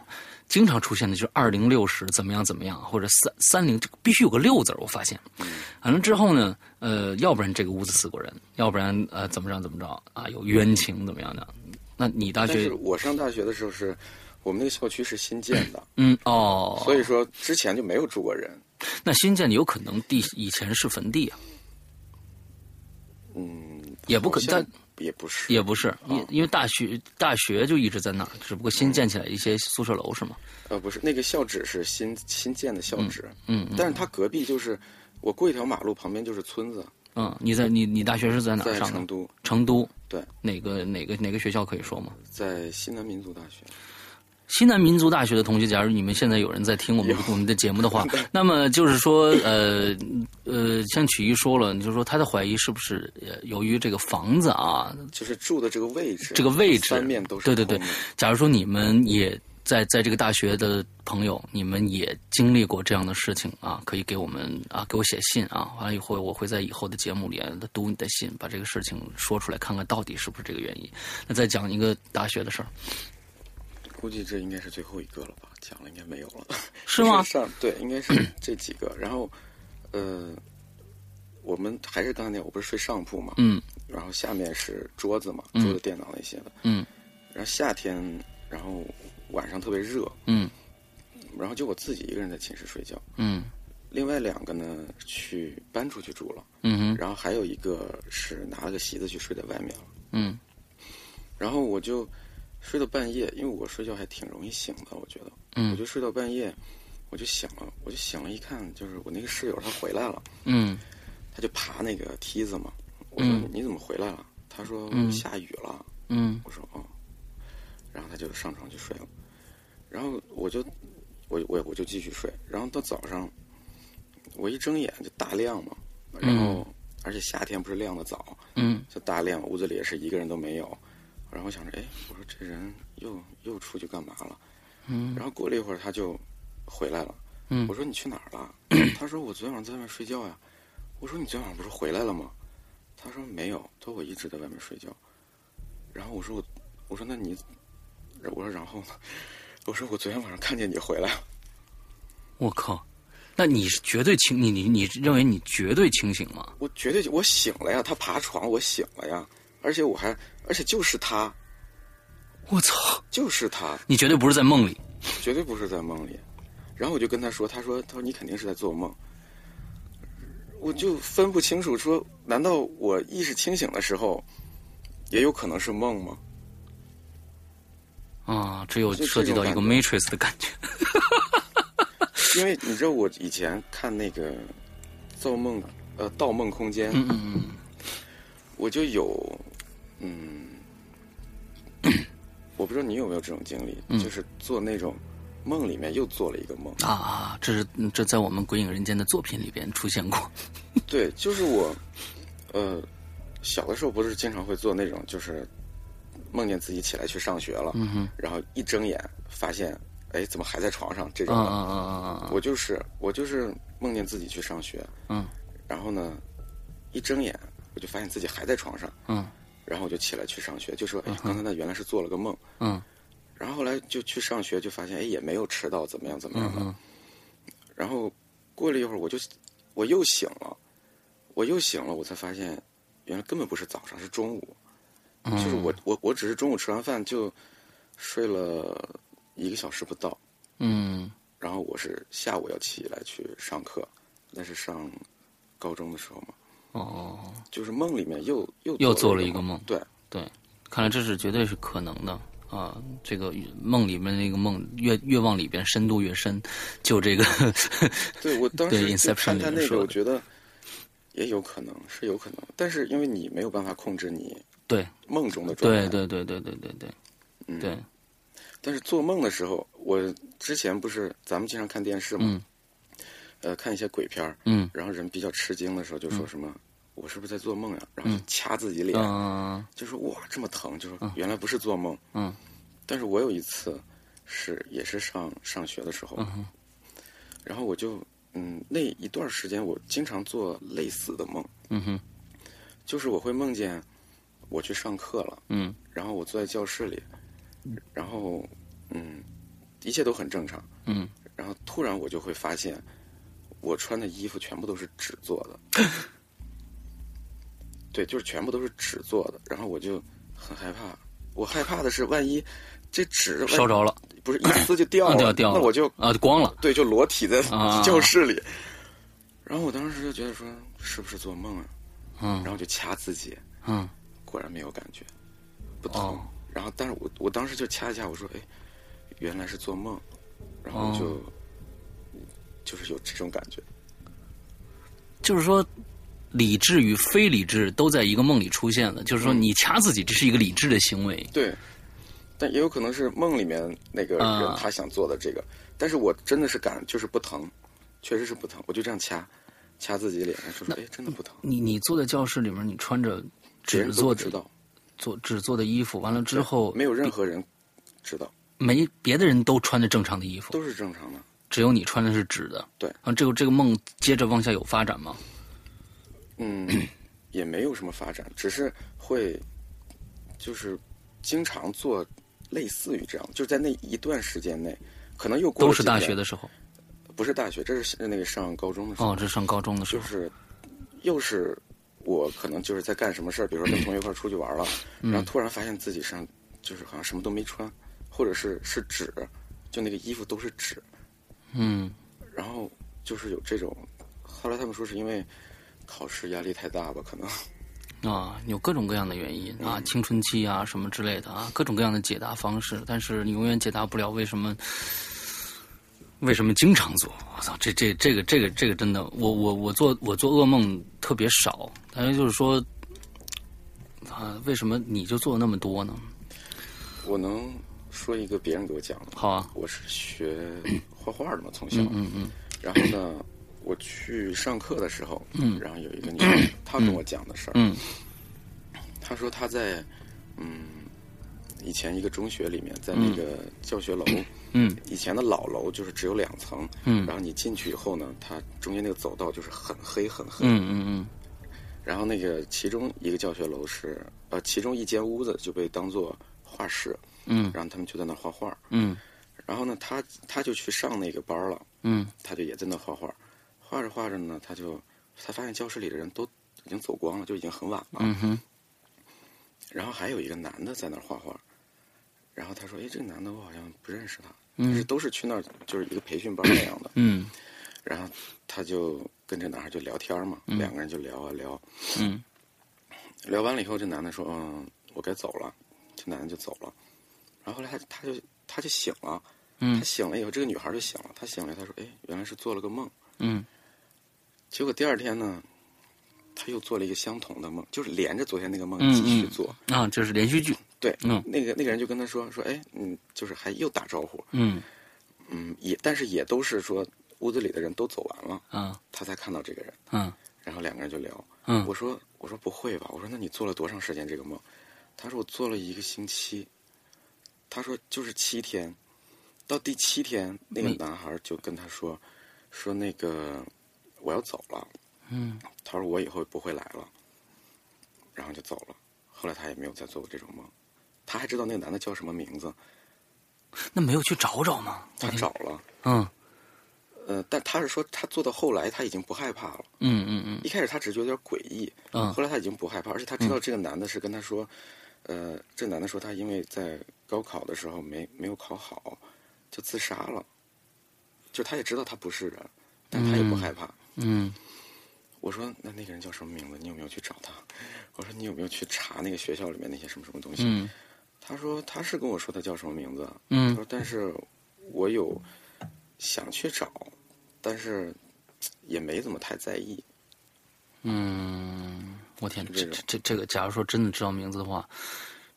S3: 经常出现的就是二零六十怎么样怎么样，或者三三零，这个必须有个六字儿。我发现，
S4: 嗯
S3: 完了之后呢，呃，要不然这个屋子死过人，要不然呃怎么着怎么着啊，有冤情怎么样的。那你大
S4: 但
S3: 学
S4: 是我上大学的时候是，我们那个校区是新建的，
S3: 嗯哦，
S4: 所以说之前就没有住过人。
S3: 那新建的有可能地以前是坟地啊，
S4: 嗯，
S3: 也不可
S4: 好像
S3: 但
S4: 也不是，
S3: 也不是，
S4: 哦
S3: 因因为大学大学就一直在那儿，只不过
S4: 嗯
S3: 新建起来一些宿舍楼是吗？
S4: 呃，不是，那个校址是新新建的校址，
S3: 嗯
S4: 但是它隔壁就是我过一条马路，旁边就是村子，
S3: 嗯，你在你你大学是在哪儿
S4: 在
S3: 上的？
S4: 成都，
S3: 成都
S4: 对，
S3: 哪个哪个哪个学校可以说吗？
S4: 在西南民族大学，
S3: 西南民族大学的同学，假如你们现在有人在听我们我们的节目的
S4: (laughs)
S3: 话，那么就是说，呃呃，像曲艺说了，你就说他的怀疑是不是呃由于这个房子啊，
S4: 就是住的这个位置，
S3: 这个位置
S4: 三面都是
S3: 对对对
S4: 空的
S3: 假如说你们也在在这个大学的朋友，你们也经历过这样的事情啊，可以给我们啊给我写信啊，完了以后我会在以后的节目里啊读你的信，把这个事情说出来，看看到底是不是这个原因。那再讲一个大学的事儿，
S4: 估计这应该是最后一个了吧，讲了应该没有了，
S3: 是吗
S4: 就上对，应
S3: (clears throat)
S4: (laughs) 该是这几个。然后，呃，我们还是刚才那样，我不是睡上铺嘛，
S3: 嗯
S4: 然后下面是桌子嘛，桌子、电脑那些的。
S3: 嗯
S4: 然后夏天，然后晚上特别热，
S3: 嗯
S4: 然后就我自己一个人在寝室睡觉，
S3: 嗯
S4: 另外两个呢去搬出去住了，
S3: 嗯哼
S4: 然后还有一个是拿了个席子去睡在外面了。
S3: 嗯
S4: 然后我就睡到半夜，因为我睡觉还挺容易醒的，我觉得，
S3: 嗯
S4: 我就睡到半夜，我就醒了，我就醒了，一看就是我那个室友他回来了，
S3: 嗯
S4: 他就爬那个梯子嘛，我说、你怎么回来了？他说下雨了，
S3: 嗯
S4: 我说哦，然后他就上床去睡了，然后我就我我我就继续睡，然后到早上，我一睁眼就大亮嘛，然后、而且夏天不是亮的早，
S3: 嗯
S4: 就大亮，屋子里也是一个人都没有。然后我想着，哎，我说这人又又出去干嘛了？嗯。然后过了一会儿，他就回来了。
S3: 嗯
S4: 我说你去哪儿了？ (coughs) 他说我昨天晚上在外面睡觉呀。我说你昨天晚上不是回来了吗？他说没有，他说我一直在外面睡觉。然后我说我，我说那你，我说然后呢？我说我昨天晚上看见你回来了。
S3: 我靠，那你是绝对清，你你你认为你绝对清醒吗？
S4: 我绝对我醒了呀，他爬床，我醒了呀，而且我还，而且就是他，
S3: 我操，
S4: 就是他。
S3: 你绝对不是在梦里。
S4: 绝对不是在梦里。然后我就跟他说，他说，他说你肯定是在做梦。我就分不清楚说，难道我意识清醒的时候，也有可能是梦吗？
S3: 啊，只有
S4: 就
S3: 涉及到一个
S4: 这种
S3: matrix 的感觉。
S4: 因为你知道我以前看那个《造梦》呃《盗梦空间》，
S3: 嗯嗯
S4: 我就有嗯， (coughs) 我不知道你有没有这种经历，就是做那种梦里面又做了一个梦。
S3: 嗯，啊，这是这在我们《鬼影人间》的作品里边出现过。
S4: 对，就是我，呃，小的时候不是经常会做那种，就是梦见自己起来去上学
S3: 嗯
S4: 了，然后一睁眼发现，哎，怎么还在床上？这种
S3: 嗯
S4: 的，
S3: 嗯嗯嗯
S4: 我就是我就是梦见自己去上学，
S3: 嗯
S4: 然后呢，一睁眼我就发现自己还在床上，
S3: 嗯
S4: 然后我就起来去上学，就说，哎，刚才那原来是做了个梦，
S3: 嗯
S4: 然后后来就去上学，就发现哎也没有迟到，怎么样怎么样的。
S3: 嗯
S4: 然后过了一会儿，我就我又醒了，我又醒了，我才发现原来根本不是早上，是中午。就是我
S3: 嗯
S4: 我我只是中午吃完饭就睡了一个小时不到，
S3: 嗯
S4: 然后我是下午要起来去上课，那是上高中的时候嘛，
S3: 哦哦，
S4: 就是梦里面又又
S3: 又
S4: 做
S3: 做了一个
S4: 梦
S3: 梦，
S4: 对，
S3: 对，看来这是绝对是可能的啊！这个梦里面那个梦越越往里边深度越深，就这个 (laughs)
S4: 对我当时
S3: 对
S4: 就
S3: Inception
S4: 看他
S3: 里面
S4: 那
S3: 说
S4: 个，
S3: 的
S4: 我觉得也有可能是有可能，但是因为你没有办法控制你
S3: 对
S4: 梦中的状态，嗯
S3: 对对对对对对对对，
S4: 但是做梦的时候，我之前不是咱们经常看电视嘛，
S3: 嗯
S4: 呃，看一些鬼片儿，
S3: 嗯
S4: 然后人比较吃惊的时候就说什么、我是不是在做梦呀、啊然后就掐自己脸，
S3: 嗯
S4: 就说哇这么疼，就说原来不是做梦。
S3: 嗯
S4: 但是我有一次是也是上上学的时
S3: 嗯
S4: 候，然后我就嗯那一段时间我经常做类似的梦，
S3: 嗯哼
S4: 就是我会梦见我去上课了，
S3: 嗯
S4: 然后我坐在教室里，然后嗯，一切都很正常。
S3: 嗯，
S4: 然后突然我就会发现，我穿的衣服全部都是纸做的， (laughs) 对，就是全部都是纸做的。然后我就很害怕，我害怕的是万一这纸万一
S3: 烧着了，
S4: 不是一撕就掉
S3: 啊
S4: 了，
S3: 掉掉了，
S4: 那我就
S3: 啊光了，
S4: (laughs) 对就裸体在
S3: 啊
S4: 教室里。然后我当时就觉得说是不是做梦啊？
S3: 嗯
S4: 然后就掐自己，
S3: 嗯
S4: 果然没有感觉，不疼。
S3: 哦
S4: 然后，但是我我当时就掐一下，我说哎，原来是做梦，然后就、
S3: 哦
S4: 就是有这种感觉。
S3: 就是说，理智与非理智都在一个梦里出现了。就是说，
S4: 嗯
S3: 你掐自己，这是一个理智的行为。
S4: 对，但也有可能是梦里面那个
S3: 啊
S4: 人他想做的这个，但是我真的是感就是不疼，确实是不疼，我就这样掐，掐自己脸上，就说哎真的不疼，
S3: 你你坐在教室里面，你穿着
S4: 别
S3: 纸
S4: 人都不
S3: 做
S4: 知
S3: 的
S4: 道，
S3: 做纸做的衣服，完了之后
S4: 没有任何人知道，
S3: 没别的人都穿着正常的衣服，
S4: 都是正常的。
S3: 只有你穿的是纸的。
S4: 对
S3: 然后这个这个梦接着往下有发展吗？
S4: 嗯，也没有什么发展， (coughs) 只是会就是经常做类似于这样，就在那一段时间内，可能又过
S3: 都
S4: 了
S3: 是
S4: 几
S3: 大
S4: 年
S3: 学的，时候，
S4: 不是大学，这是那个上高中的时候，
S3: 哦，这上高中的时
S4: 就
S3: 候，
S4: 是又是我可能就是在干什么事儿，比如说跟同学一块儿出去玩了，
S3: 嗯
S4: 然后突然发现自己上就是好像什么都没穿，或者是是纸，就那个衣服都是纸，
S3: 嗯，
S4: 然后就是有这种，后来他们说是因为考试压力太大吧，可能。
S3: 啊，有各种各样的原因啊，青春期啊什么之类的啊，各种各样的解答方式，但是你永远解答不了为什么。为什么经常做？我操，这这这个这个这个真的，我我我做我做噩梦特别少，但是就是说，啊，为什么你就做那么多呢？
S4: 我能说一个别人给我讲的。
S3: 好啊，
S4: 我是学画画的嘛，从小。嗯嗯。然后呢，我去上课的时候，嗯，然后有一个女生，她跟我讲的事儿，
S3: 嗯，
S4: 她说她在嗯以前一个中学里面，在那个教学楼，
S3: 嗯，
S4: 以前的老楼就是只有两层，
S3: 嗯
S4: 然后你进去以后呢，它中间那个走道就是很黑很黑，
S3: 嗯嗯嗯，
S4: 然后那个其中一个教学楼是，呃，其中一间屋子就被当做画室，
S3: 嗯
S4: 然后他们就在那儿画画，
S3: 嗯
S4: 然后呢，他他就去上那个班儿了，
S3: 嗯
S4: 他就也在那画画，画着画着呢，他就他发现教室里的人都已经走光了，就已经很晚了，
S3: 嗯哼，
S4: 然后还有一个男的在那儿画画，然后他说，哎，这个男的我好像不认识他，但是都是去那儿就是一个培训班那样的，
S3: 嗯
S4: 然后他就跟这男孩就聊天嘛，两个人就聊啊聊，
S3: 嗯
S4: 聊完了以后，这男的说：“嗯，我该走了。”这男的就走了。然后后来他他就他就醒了，
S3: 嗯
S4: 他醒了以后，这个女孩就醒了。她醒了，她说：“哎，原来是做了个梦。
S3: 嗯”
S4: 结果第二天呢，她又做了一个相同的梦，就是连着昨天那个梦
S3: 嗯
S4: 继续
S3: 嗯
S4: 做。
S3: 啊，这是连续剧，
S4: 对，
S3: 嗯
S4: 那个那个人就跟她说：“说哎，嗯，就是还又打招呼，
S3: 嗯
S4: 嗯，也但是也都是说屋子里的人都走完了，
S3: 啊
S4: 她才看到这个人。
S3: 嗯
S4: 然后两个人就聊，
S3: 嗯
S4: 我说我说不会吧，我说那你做了多长时间这个梦？他说我做了一个星期，他说就是七天，到第七天那个
S3: 嗯
S4: 男孩就跟他说，说那个我要走了，
S3: 嗯，
S4: 他说我以后不会来了，然后就走了。后来他也没有再做过这种梦，他还知道那个男的叫什么名字，
S3: 那没有去找找吗？
S4: 他找了，
S3: 嗯
S4: 呃，但他是说他做到后来他已经不害怕了。
S3: 嗯嗯嗯
S4: 一开始他只觉得有点诡异，
S3: 嗯
S4: 后来他已经不害怕，而且他知道这个男的是跟他说，呃，这男的说他因为在高考的时候没没有考好，就自杀了，就他也知道他不是人，但他也不害怕。
S3: 嗯
S4: 我说那那个人叫什么名字？你有没有去找他？我说你有没有去查那个学校里面那些什么什么东西？
S3: 嗯
S4: 他说他是跟我说他叫什么名字，啊他
S3: 嗯
S4: 说但是我有想去找，但是也没怎么太在意。
S3: 嗯，我天，这
S4: 这种
S3: 这这这个，假如说真的知道名字的话，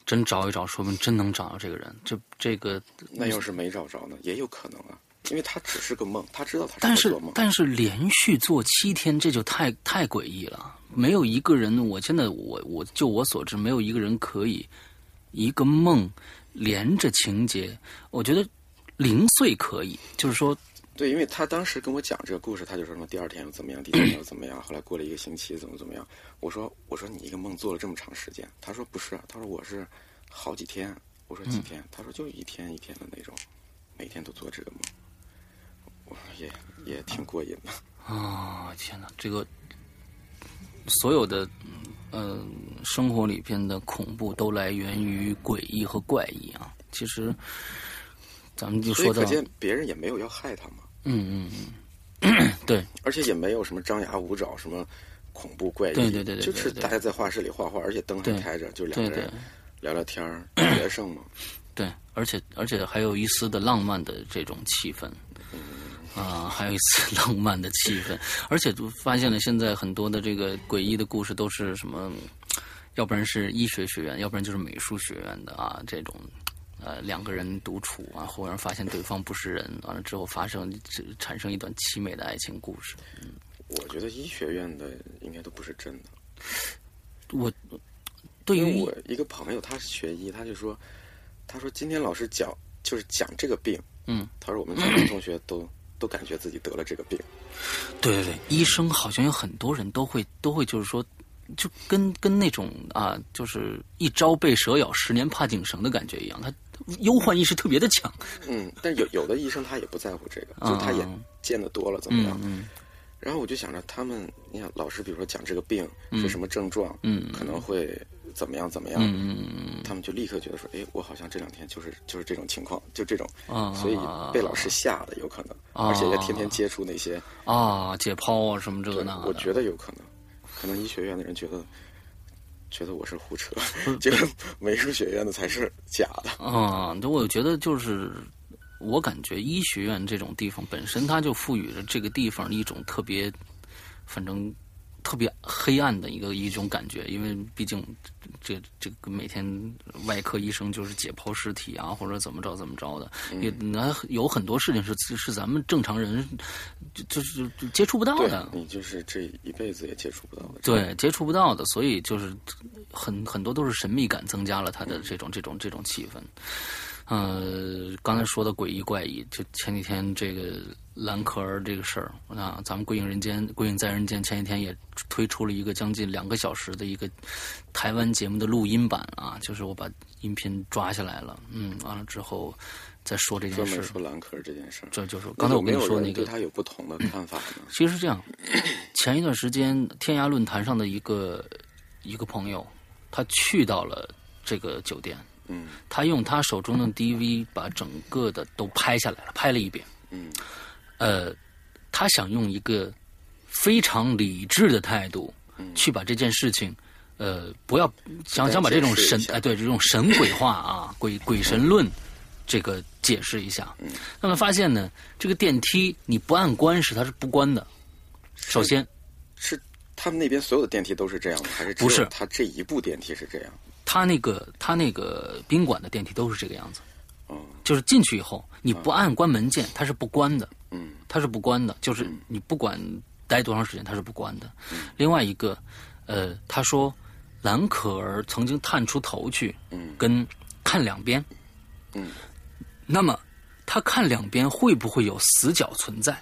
S3: 真找一找，说不定真能找到这个人。这这个，
S4: 那
S3: 嗯
S4: 要是没找着呢，也有可能啊，因为他只是个梦，他知道他
S3: 但
S4: 在
S3: 是
S4: 做梦。
S3: 但是连续做七天，这就太太诡异了。没有一个人，我现在我我就我所知，没有一个人可以一个梦连着情节。我觉得零碎可以，就是说，
S4: 对，因为他当时跟我讲这个故事，他就说什么第二天又怎么样，第三天又怎么样，后来过了一个星期怎么怎么样。我说我说你一个梦做了这么长时间，他说不是啊，他说我是好几天，我
S3: 嗯
S4: 说几天，他说就一天一天的那种，每天都做这个梦。我说也也挺过瘾的，
S3: 啊、天哪，这个所有的呃生活里边的恐怖都来源于诡异和怪异啊。其实咱们就
S4: 所以
S3: 说到，
S4: 可见别人也没有要害他嘛。
S3: 嗯嗯嗯，对，
S4: 而且也没有什么张牙舞爪、什么恐怖怪异，
S3: 对对对对对
S4: 就是
S3: 对
S4: 大家在画室里画画，而且灯还
S3: 对
S4: 开着，就两个
S3: 对对
S4: 人聊聊天
S3: (clears throat)
S4: 儿，学生嘛，
S3: 对，而且而且还有一丝的浪漫的这种气氛，啊、还有一丝 (laughs) 浪漫的气氛，而且就发现了现在很多的这个诡异的故事都是什么，要不然是医学学院，要不然就是美术学院的啊这种。呃，两个人独处啊，忽然发现对方不是人，完了之后发生产生一段凄美的爱情故事。
S4: 我觉得医学院的应该都不是真的，
S3: 我对
S4: 因为
S3: 于
S4: 我一个朋友他是学医，他就说，他说今天老师讲就是讲这个病，
S3: 嗯，
S4: 他说我们全班同学都 (coughs) 都感觉自己得了这个病，
S3: 对对对，医生好像有很多人都会都会就是说，就跟跟那种啊，就是一朝被蛇咬，十年怕井绳的感觉一样，他忧患意识特别的强。
S4: 嗯，但有有的医生他也不在乎这个，就他也
S3: 嗯
S4: 见得多了怎么样？然后我就想着他们，你想老师比如说讲这个病是什么症状，
S3: 嗯
S4: 可能会怎么样怎么样，
S3: 嗯
S4: 他们就立刻觉得说，哎，我好像这两天就是就是这种情况，就这种，
S3: 啊
S4: 所以被老师吓的有可能，而且也天天接触那些，
S3: 啊，解剖啊什么这个
S4: 对
S3: 那的，
S4: 我觉得有可能，可能医学院的人觉得。觉得我是胡扯，
S3: 嗯
S4: 结果美术学院的才是假的。
S3: 啊，对，我觉得就是。我感觉医学院这种地方本身，它就赋予了这个地方一种特别，反正特别黑暗的一个一种感觉，因为毕竟这这个每天外科医生就是解剖尸体啊，或者怎么着怎么着的，也那有很多事情是是咱们正常人就就是就接触不到
S4: 对
S3: 的，
S4: 你就是这一辈子也接触不到的。
S3: 对，接触不到的，所以就是很很多都是神秘感增加了他的这种这种这种气氛。呃，刚才说的诡异怪异，就前几天这个蓝可儿这个事儿啊，咱们《归隐人间》《归隐在人间》前几天也推出了一个将近两个小时的一个台湾节目的录音版啊，就是我把音频抓下来了，嗯，完了之后再说这件
S4: 专
S3: 事。
S4: 门说兰科这件事儿。
S3: 这就是刚才我跟你说
S4: 有没有
S3: 那
S4: 人
S3: 个
S4: 对他有不同的看法呢？
S3: 其实是这样，前一段时间天涯论坛上的一个一个朋友，他去到了这个酒店，
S4: 嗯
S3: 他用他手中的 DV 把整个的都拍下来了，拍了一遍。
S4: 嗯
S3: 呃，他想用一个非常理智的态度
S4: 嗯
S3: 去把这件事情。呃，不要想想把这种神
S4: 解释一下
S3: 哎，对这种神鬼话啊，鬼鬼神论，这个解释一下。
S4: 嗯
S3: 那么发现呢，这个电梯你不按关是它是不关的。首先，
S4: 是他们那边所有的电梯都是这样吗？还是只有
S3: 不是
S4: 他这一部电梯是这样？
S3: 他那个他那个宾馆的电梯都是这个样子，
S4: 哦，
S3: 就是进去以后你不按关门键，它是不关的，
S4: 嗯
S3: 它是不关的，就是你不管待多长时间，它是不关的。另外一个，呃，他说蓝可儿曾经探出头去，
S4: 嗯
S3: 跟看两边，
S4: 嗯，
S3: 那么他看两边会不会有死角存在？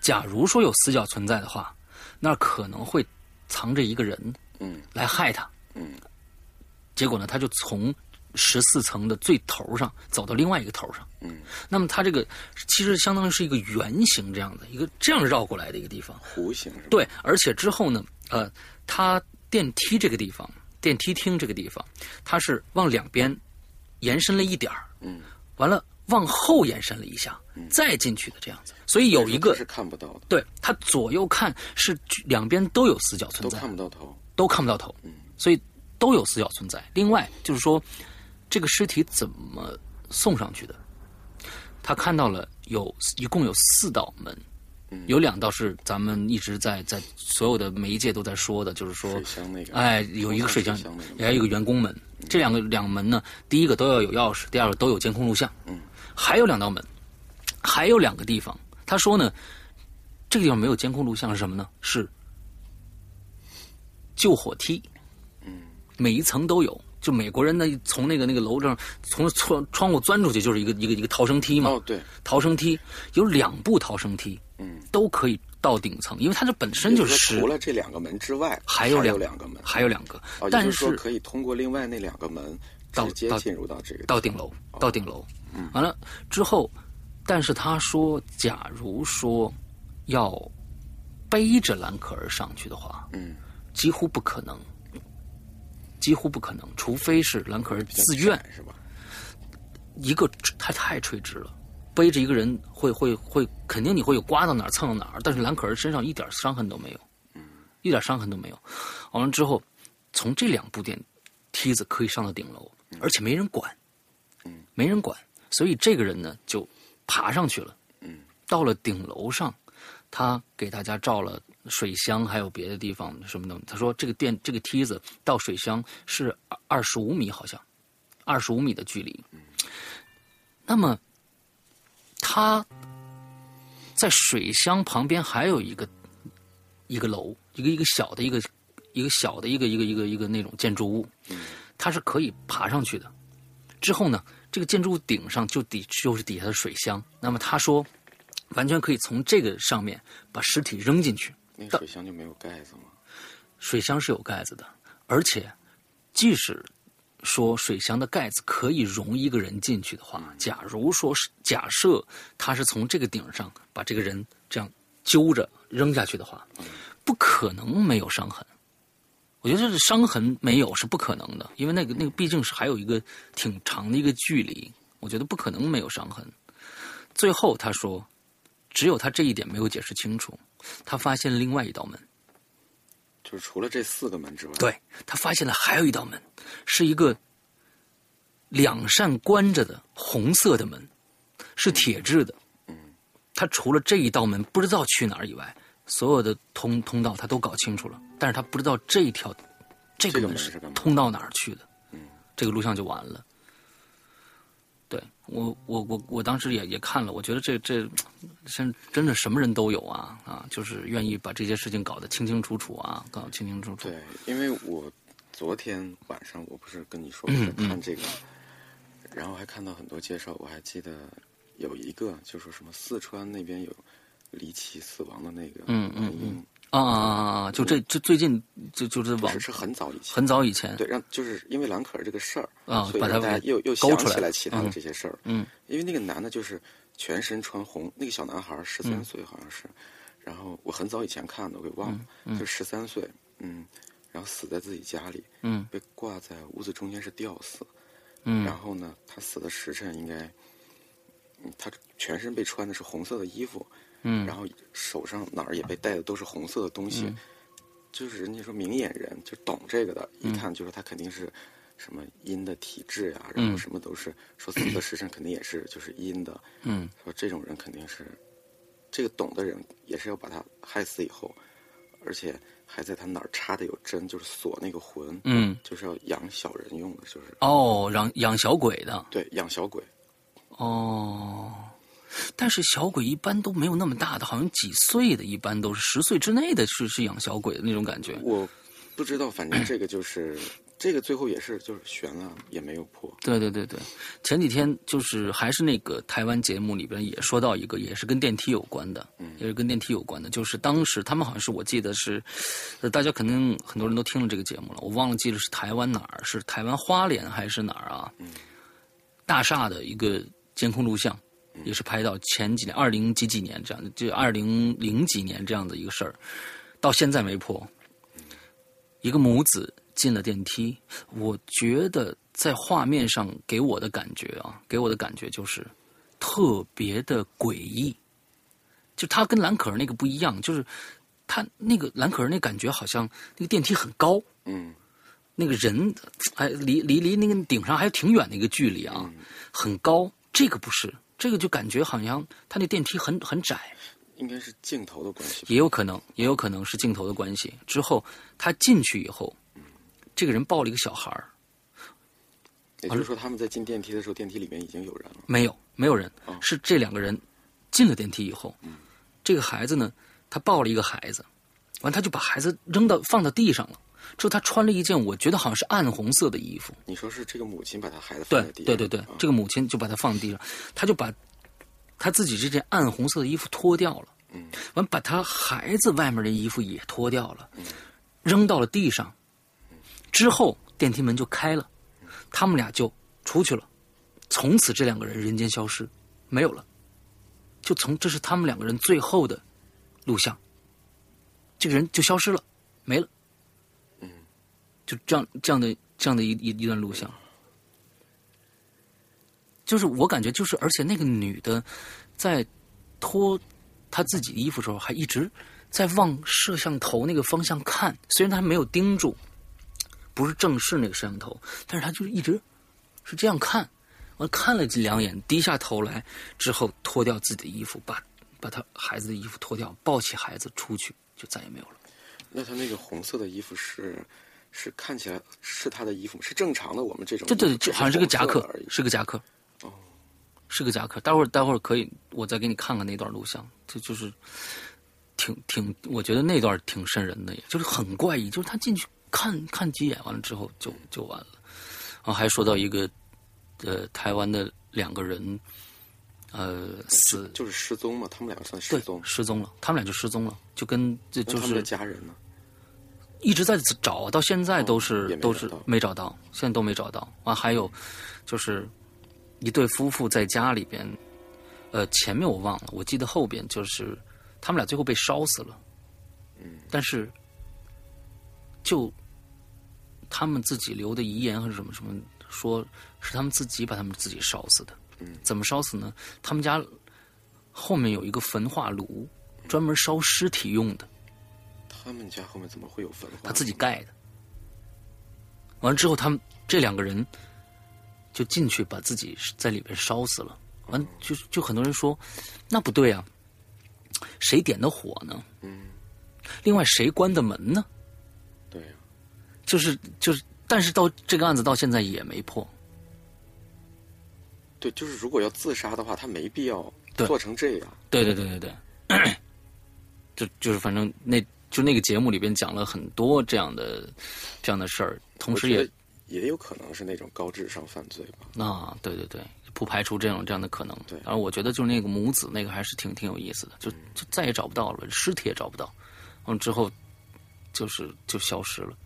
S3: 假如说有死角存在的话，那可能会藏着一个人
S4: 嗯
S3: 来害他。
S4: 嗯
S3: 结果呢，他就从十四层的最头上走到另外一个头上。
S4: 嗯，
S3: 那么它这个其实相当于是一个圆形这样的一个这样绕过来的一个地方。
S4: 弧形是吧？
S3: 对，而且之后呢，呃，它电梯这个地方，电梯厅这个地方，它是往两边延伸了一点儿，
S4: 嗯，
S3: 完了往后延伸了一下，再进去的这样子。所以有一
S4: 这
S3: 个
S4: 是看不到的，
S3: 对它左右看是两边都有死角存
S4: 都
S3: 在
S4: 看，不到头。
S3: 都看不到头，所以都有死角存在。另外就是说，这个尸体怎么送上去的？他看到了有一共有四道门，
S4: 嗯
S3: 有两道是咱们一直在在所有的媒介都在说的，就是说
S4: 水箱那个
S3: 哎，有一个水箱哎
S4: 水箱那，个
S3: 还有一个员工门。这两个两个门呢，第一个都要有钥匙，第二个都有监控录像。
S4: 嗯，
S3: 还有两道门，还有两个地方。他说呢，这个地方没有监控录像是什么呢？是救火梯。
S4: 嗯
S3: 每一层都有。就美国人呢，从那个那个楼上从窗窗户钻出去，就是一个一个一个逃生梯嘛。
S4: 哦，对，
S3: 逃生梯有两步逃生梯，
S4: 嗯，
S3: 都可以到顶层，因为它这本身就
S4: 也
S3: 是
S4: 是说
S3: 石
S4: 除，了这两个门之外，
S3: 还
S4: 有
S3: 有两
S4: 两个门，
S3: 还有两个
S4: 哦，，也
S3: 但
S4: 就是说
S3: 是
S4: 可以通过另外那两个门
S3: 到
S4: 直接
S3: 到
S4: 进入到这个
S3: 到顶楼，
S4: 哦
S3: 到顶楼，
S4: 嗯
S3: 完了之后，但是他说，假如说要背着兰可儿上去的话，
S4: 嗯，
S3: 几乎不可能。几乎不可能，除非是兰可儿自愿
S4: 是吧？
S3: 一个它太垂直了，背着一个人会会会，肯定你会有刮到哪儿蹭到哪儿，但是蓝可儿身上一点伤痕都没有，一点伤痕都没有。完了之后，从这两部电梯子可以上到顶楼，而且没人管，没人管，所以这个人呢就爬上去了。到了顶楼上，他给大家照了水箱，还有别的地方什么的。他说这个电这个梯子到水箱是二十五米，好像二十五米的距离。那么他在水箱旁边还有一个一个楼，一个一个小的一个一个小的一个一个一个一个那种建筑物，它是可以爬上去的。之后呢，这个建筑物顶上就底就是底下的水箱。那么他说，完全可以从这个上面把尸体扔进去。
S4: 那个水箱就没有盖子吗？
S3: 水箱是有盖子的，而且即使说水箱的盖子可以容一个人进去的话，假如说是假设他是从这个顶上把这个人这样揪着扔下去的话，不可能没有伤痕。我觉得这是伤痕没有是不可能的，因为那个那个毕竟是还有一个挺长的一个距离，我觉得不可能没有伤痕。最后他说，只有他这一点没有解释清楚，他发现另外一道门。
S4: 就是除了这四个门之外，，
S3: 对他发现了还有一道门，是一个两扇关着的红色的门，是铁质的。他除了这一道门不知道去哪儿以外，所有的通通道他都搞清楚了，但是他不知道这一条这
S4: 这
S3: 个
S4: 个
S3: 门
S4: 门
S3: 是
S4: 是干嘛
S3: 通到哪儿去的。嗯这个录像就完了。对我，我我我当时也也看了，我觉得这这，真真的什么人都有啊啊，就是愿意把这些事情搞得清清楚楚啊，搞得清清楚楚。
S4: 对，因为我昨天晚上我不是跟你说
S3: 嗯
S4: 我在看这个，然后还看到很多介绍，我还记得有一个就说什么四川那边有离奇死亡的那个
S3: 嗯嗯
S4: 男婴，
S3: 啊啊啊啊！就这这最近就就是
S4: 不
S3: 往
S4: 是是很早以前，
S3: 很早以前，
S4: 对，让就是因为兰可儿这个事儿
S3: 啊
S4: 所以
S3: 把
S4: 让
S3: 他
S4: 大家
S3: 给
S4: 又又
S3: 勾
S4: 想
S3: 出来
S4: 起来
S3: 了
S4: 其他的
S3: 嗯
S4: 这些事儿。
S3: 嗯，
S4: 因为那个男的就是全身穿红，那个小男孩十
S3: 嗯
S4: 三岁好像是，然后我很早以前看的，我给忘了，就十三岁，嗯，然后死在自己家里，
S3: 嗯
S4: 被挂在屋子中间是吊死，
S3: 嗯
S4: 然后呢，他死的时辰应该，嗯他全身被穿的是红色的衣服，
S3: 嗯
S4: 然后手上哪儿也被带的都是红色的东西，就是人家说明眼人就懂这个的，
S3: 嗯
S4: 一看就是他肯定是什么阴的体质呀、
S3: 嗯
S4: 然后什么都是说死的时辰肯定也是就是阴的，
S3: 嗯，
S4: 说这种人肯定是这个懂的人也是要把他害死以后，而且还在他哪儿插的有针，就是锁那个魂，
S3: 嗯，
S4: 就是要养小人用的，就是
S3: 哦，养养小鬼的
S4: 对养小鬼，
S3: 哦。但是小鬼一般都没有那么大的，好像几岁的，一般都是十岁之内的是是养小鬼的那种感觉。
S4: 我不知道，反正这个就是。这个最后也是就是悬了，也没有破。
S3: 对对对对，前几天就是还是那个台湾节目里边也说到一个，也是跟电梯有关的，也是跟电梯有关的。就是当时他们好像是我记得是，呃大家肯定很多人都听了这个节目了，我忘了记得是台湾哪儿，是台湾花莲还是哪儿啊？大厦的一个监控录像，也是拍到前几年二零几几年这样的，就二零零几年这样的一个事儿，到现在没破。一个母子进了电梯，我觉得在画面上给我的感觉啊，给我的感觉就是特别的诡异。就他跟兰可儿那个不一样，就是他那个兰可儿那感觉好像那个电梯很高，
S4: 嗯，
S3: 那个人哎离离离那个顶上还挺远的一个距离啊，很高。这个不是，这个就感觉好像他那电梯很很窄，
S4: 应该是镜头的关系吧。
S3: 也有可能，也有可能是镜头的关系。之后他进去以后，这个人抱了一个小孩儿，
S4: 也就是说，他们在进电梯的时候，电梯里面已经有人了。
S3: 没有，没有人，是这两个人进了电梯以后，这个孩子呢，他抱了一个孩子，完他就把孩子扔到放到地上了。之后他穿了一件我觉得好像是暗红色的衣服，
S4: 你说是这个母亲把她孩子放
S3: 对
S4: 在地
S3: 对
S4: 上？
S3: 对对
S4: 啊，
S3: 这个母亲就把他放地上，他就把他自己这件暗红色的衣服脱掉了，
S4: 嗯
S3: 完把他孩子外面的衣服也脱掉了，
S4: 嗯
S3: 扔到了地上。之后电梯门就开了，
S4: 嗯
S3: 他们俩就出去了，从此这两个人人间消失，没有了。就从这是他们两个人最后的录像，这个人就消失了，没了。
S4: 嗯
S3: 就这样这样的这样的一一一段录像，就是我感觉就是，而且那个女的在脱她自己衣服的时候，还一直在往摄像头那个方向看，虽然她没有盯住，不是正视那个摄像头，但是她就是一直是这样看。我看了两眼，低下头来之后，脱掉自己的衣服，把把她孩子的衣服脱掉，抱起孩子出去，就再也没有了。
S4: 那他那个红色的衣服是是看起来是他的衣服吗？是正常的我们这种
S3: 对对，这
S4: 只
S3: 好像是个夹
S4: 红色
S3: 克
S4: 而已，。哦
S3: 是个夹克，是个夹克。待会儿待会儿可以，我再给你看看那段录像，这就是挺挺，我觉得那段挺瘆人的，也就是很怪异，就是他进去看看几眼，完了之后就就完了。然后还说到一个，呃，台湾的两个人，呃，死
S4: 就是失踪嘛，他们两个算失
S3: 对
S4: 踪。
S3: 失踪了，他们俩就失踪了，就跟这就
S4: 那他们的
S3: 是
S4: 家人呢？
S3: 一直在找，到现在都
S4: 嗯
S3: 是、
S4: 也没
S3: 都
S4: 找
S3: 是
S4: 到
S3: 没找到，现在都没找到。完、还有就是一对夫妇在家里边，呃，前面我忘了，我记得后边就是他们俩最后被烧死了。嗯，但是就他们自己留的遗言还是什么什么，说是他们自己把他们自己烧死的。嗯，怎么烧死呢？他们家后面有一个焚化炉，专门烧尸体用的。
S4: 他们家后面怎么会有焚化？
S3: 他自己盖的。完了之后，他们这两个人就进去把自己在里边烧死了。完，就就很多人说，那不对啊，谁点的火呢？嗯。另外，谁关的门呢？
S4: 对啊呀、
S3: 就是就是，但是到这个案子到现在也没破。
S4: 对，就是如果要自杀的话，他没必要
S3: 对
S4: 做成这样。
S3: 对对对对对， (clears throat) 就就是反正那就那个节目里边讲了很多这样的这样的事儿，同
S4: 我
S3: 时
S4: 觉
S3: 也
S4: 得也有可能是那种高智商犯罪吧。
S3: 啊，对对对，不排除这种这样的可能。
S4: 对嗯
S3: 然后我觉得就是那个母子那个还是挺挺有意思的，就就再也找不到了，尸体也找不到，嗯，之后就是就消失了，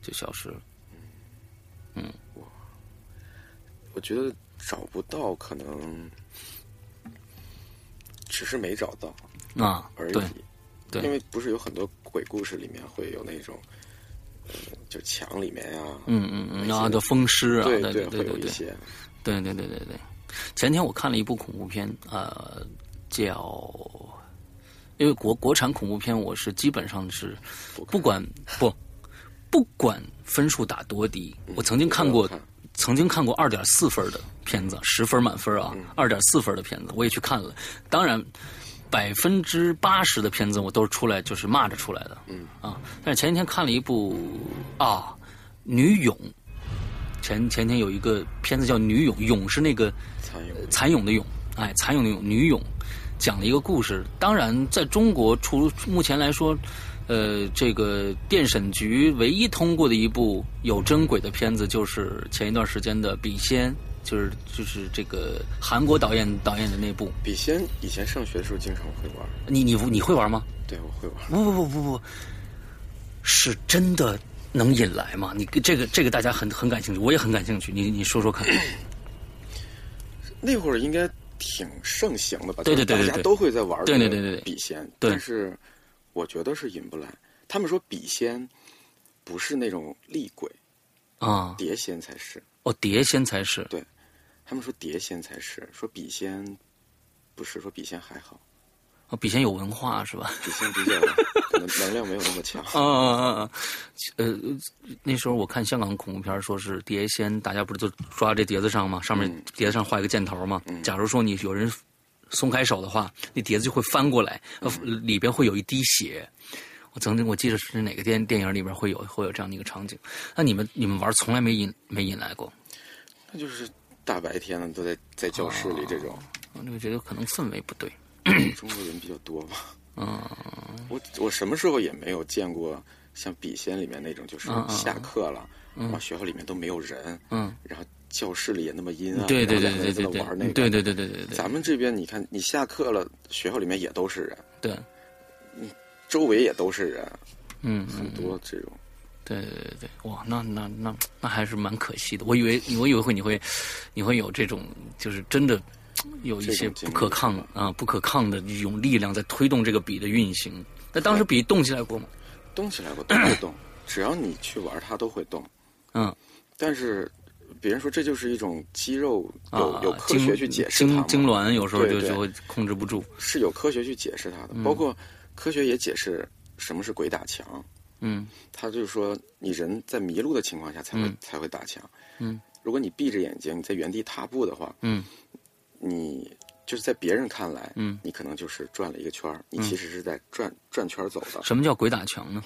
S3: 就消失了。
S4: 我觉得找不到，可能只是没找到
S3: 啊，
S4: 而
S3: 对
S4: 已。
S3: 对
S4: 因为不是有很多鬼故事里面会有那种，呃，就墙里面呀、
S3: 嗯嗯嗯，
S4: 那
S3: 啊，
S4: 些
S3: 就风湿啊，
S4: 对
S3: 对对
S4: 会
S3: 对
S4: 有
S3: 对
S4: 一
S3: 对，
S4: 些
S3: 对对对对对，前天我看了一部恐怖片，呃，叫，因为国国产恐怖片我是基本上是
S4: 不看
S3: 不管不不管分数打多低，我曾经看
S4: 嗯我
S3: 过
S4: 看
S3: 曾经看过二点四分的片子，十分满分啊，二点四分的片子我也去看了，当然。百分之八十的片子我都是出来就是骂着出来的，嗯啊，但是前几天看了一部啊，《女勇》，前前天有一个片子叫《女勇》，勇是那个
S4: 蚕蛹。
S3: 蚕蛹呃的蛹，哎，蚕蛹的蛹，女蛹，讲了一个故事。当然，在中国除目前来说，呃，这个电审局唯一通过的一部有真鬼的片子，就是前一段时间的《笔仙》，就是就是这个韩国导演导演的那部。
S4: 笔仙以前上学的时候经常会玩，
S3: 你你你会玩吗？
S4: 对我会玩。
S3: 不不不不不，是真的能引来吗？你这个这个大家很很感兴趣，我也很感兴趣。你你说说看。
S4: 那会儿应该挺盛行的吧？
S3: 对对对
S4: 就
S3: 对
S4: 是大家
S3: 对
S4: 都会在玩。
S3: 对对对对对
S4: 笔仙，
S3: 对
S4: 但是我觉得是引不来。他们说笔仙不是那种厉鬼，
S3: 啊，
S4: 碟仙才是。
S3: 哦，碟仙才是
S4: 对他们说碟仙才是，说笔仙不是，说笔仙还好，
S3: 哦，笔仙有文化是吧？
S4: 笔仙比较 (laughs) 可能能量没有那么强。
S3: (laughs) 啊啊啊！呃，那时候我看香港恐怖片，说是碟仙，大家不是就抓这碟子上吗？上面
S4: 嗯
S3: 碟子上画一个箭头嘛。假如说你有人松开手的话，那碟子就会翻过来，呃，
S4: 嗯
S3: 里边会有一滴血。我曾经我记得是哪个电电影里边会有会有这样的一个场景。那你们你们玩从来没引没引来过，
S4: 那就是大白天的都在在教室里这
S3: 哦
S4: 种，
S3: 我就觉得可能氛围不对。
S4: 中国人比较多吧。嗯，我我什么时候也没有见过像笔仙里面那种，就是
S3: 嗯嗯
S4: 下课了，然后学校里面都没有人，
S3: 嗯，
S4: 然后教室里也那么阴暗，
S3: 对对对
S4: 然后
S3: 对
S4: 两个人在
S3: 对
S4: 那
S3: 对，
S4: 玩那个，
S3: 对对对对对对
S4: 咱们这边你看，你下课了，学校里面也都是人，
S3: 对，
S4: 周围也都是人，
S3: 嗯嗯。
S4: 很多这种。
S3: 对对对对，哇，那那那那还是蛮可惜的。我以为我以为会你会你会有这种，就是真的有一些
S4: 这种经
S3: 不
S4: 历
S3: 可抗啊、不可抗的一种力量在推动这个笔的运行。那当时笔动起来过吗？
S4: 动起来我都会动，只要你去玩，它都会动。
S3: 嗯，
S4: 但是别人说这就是一种肌肉，有、
S3: 啊，
S4: 有科学去解释它
S3: 痉
S4: 嘛
S3: 痉挛有时候就
S4: 对对
S3: 就会控制不住，
S4: 是有科学去解释它的，
S3: 嗯
S4: 包括科学也解释什么是鬼打墙。
S3: 嗯，
S4: 他就是说，你人在迷路的情况下才会、
S3: 嗯
S4: 才会打墙。
S3: 嗯，
S4: 如果你闭着眼睛，你在原地踏步的话，
S3: 嗯，
S4: 你就是在别人看来，
S3: 嗯，
S4: 你可能就是转了一个圈儿，你其实是在转、转圈儿走的。
S3: 什么叫鬼打墙呢？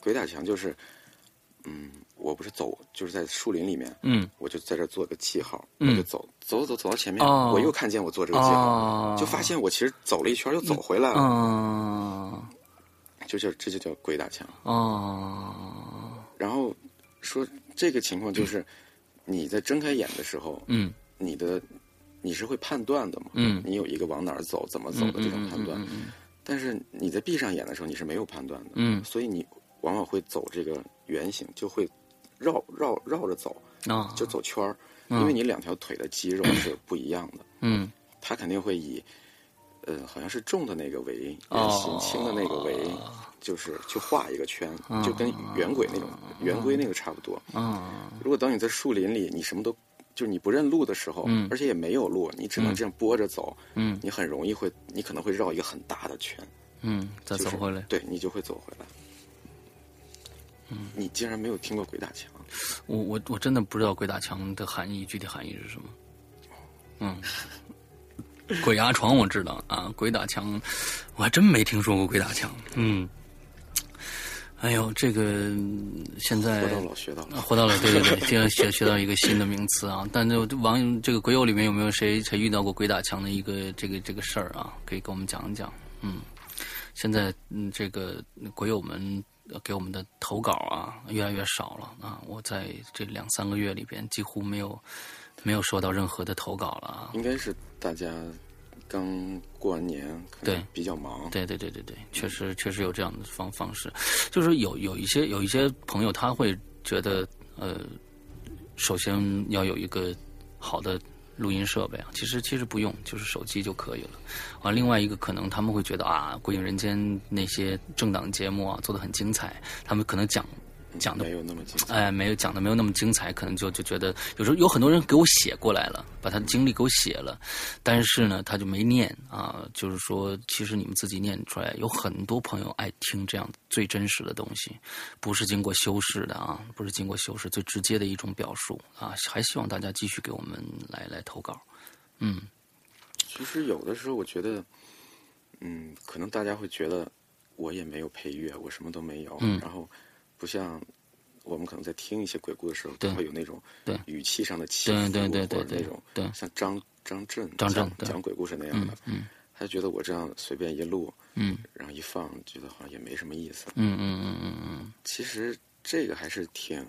S4: 鬼打墙就是，嗯，我不是走，就是在树林里面，
S3: 嗯，
S4: 我就在这儿做个记号，
S3: 嗯
S4: 我就走走走走到前面，
S3: 哦
S4: 我又看见我做这个记号，
S3: 哦嗯
S4: 就发现我其实走了一圈又走回来了，
S3: 啊
S4: 就叫这就叫鬼打墙。
S3: 啊，
S4: 然后说这个情况就是，你在睁开眼的时候，
S3: 嗯
S4: 你的你是会判断的嘛，
S3: 嗯
S4: 你有一个往哪儿走、怎么走的这种判断，但是你在闭上眼的时候你是没有判断的，
S3: 嗯
S4: 所以你往往会走这个圆形，就会绕绕绕着走，
S3: 啊，
S4: 就走圈儿，因为你两条腿的肌肉是不一样的，
S3: 嗯
S4: 它肯定会以，呃，好像是重的那个为圆心，
S3: 哦
S4: 轻的那个为，就是去画一个圈，
S3: 嗯
S4: 就跟圆轨那种圆规那个差不多。
S3: 啊
S4: 如果当你在树林里，你什么都就是你不认路的时候，而且也没有路，你只能这样拨着走，
S3: 嗯
S4: 你很容易会，你可能会绕一个很大的圈，
S3: 嗯，再
S4: 就是
S3: 走回来。
S4: 对你就会走回来。
S3: 嗯
S4: 你竟然没有听过鬼打墙？
S3: 我我我真的不知道鬼打墙的含义，具体含义是什么。嗯，鬼压床我知道啊，鬼打墙我还真没听说过鬼打墙。嗯，哎呦，这个嗯现在
S4: 活到老学到
S3: 啊
S4: 老，
S3: 活到了，对对对，今天学学到一个新的名词啊！但就网友这个鬼友里面有没有谁谁遇到过鬼打墙的一个这个这个事儿啊？可以给我们讲一讲。嗯，现在嗯，这个鬼友们呃给我们的投稿啊，越来越少了啊！我在这两三个月里边几乎没有没有收到任何的投稿了啊！
S4: 应该是大家刚过完年，可能
S3: 对
S4: 比较忙，
S3: 对对对对对，确实确实有这样的方方式，就是有有一些有一些朋友他会觉得呃，首先要有一个好的录音设备啊，其实其实不用，就是手机就可以了。啊，另外一个可能他们会觉得啊，《鬼影人间》那些政党节目啊做的很精彩，他们可能讲讲的
S4: 没有那么紧张。
S3: 哎，没有讲的没有那么精彩，可能就就觉得有时候有很多人给我写过来了，把他的经历给我写了，但是呢，他就没念啊。就是说，其实你们自己念出来，有很多朋友爱听这样最真实的东西，不是经过修饰的啊，不是经过修饰，最直接的一种表述啊。还希望大家继续给我们来来投稿，嗯
S4: 其实有的时候，我觉得，嗯，可能大家会觉得我也没有配乐，我什么都没有，
S3: 嗯
S4: 然后不像我们可能在听一些鬼故事的时候，
S3: 对
S4: 它会有那种
S3: 对
S4: 语气上的起
S3: 对
S4: 伏，
S3: 对对对
S4: 或者
S3: 对
S4: 那种
S3: 对
S4: 像张张震
S3: 张震
S4: 讲
S3: 对
S4: 讲鬼故事那样
S3: 嗯
S4: 的，
S3: 嗯
S4: 他觉得我这样随便一录，
S3: 嗯
S4: 然后一放，觉得好像也没什么意思。
S3: 嗯嗯嗯嗯嗯，
S4: 其实这个还是挺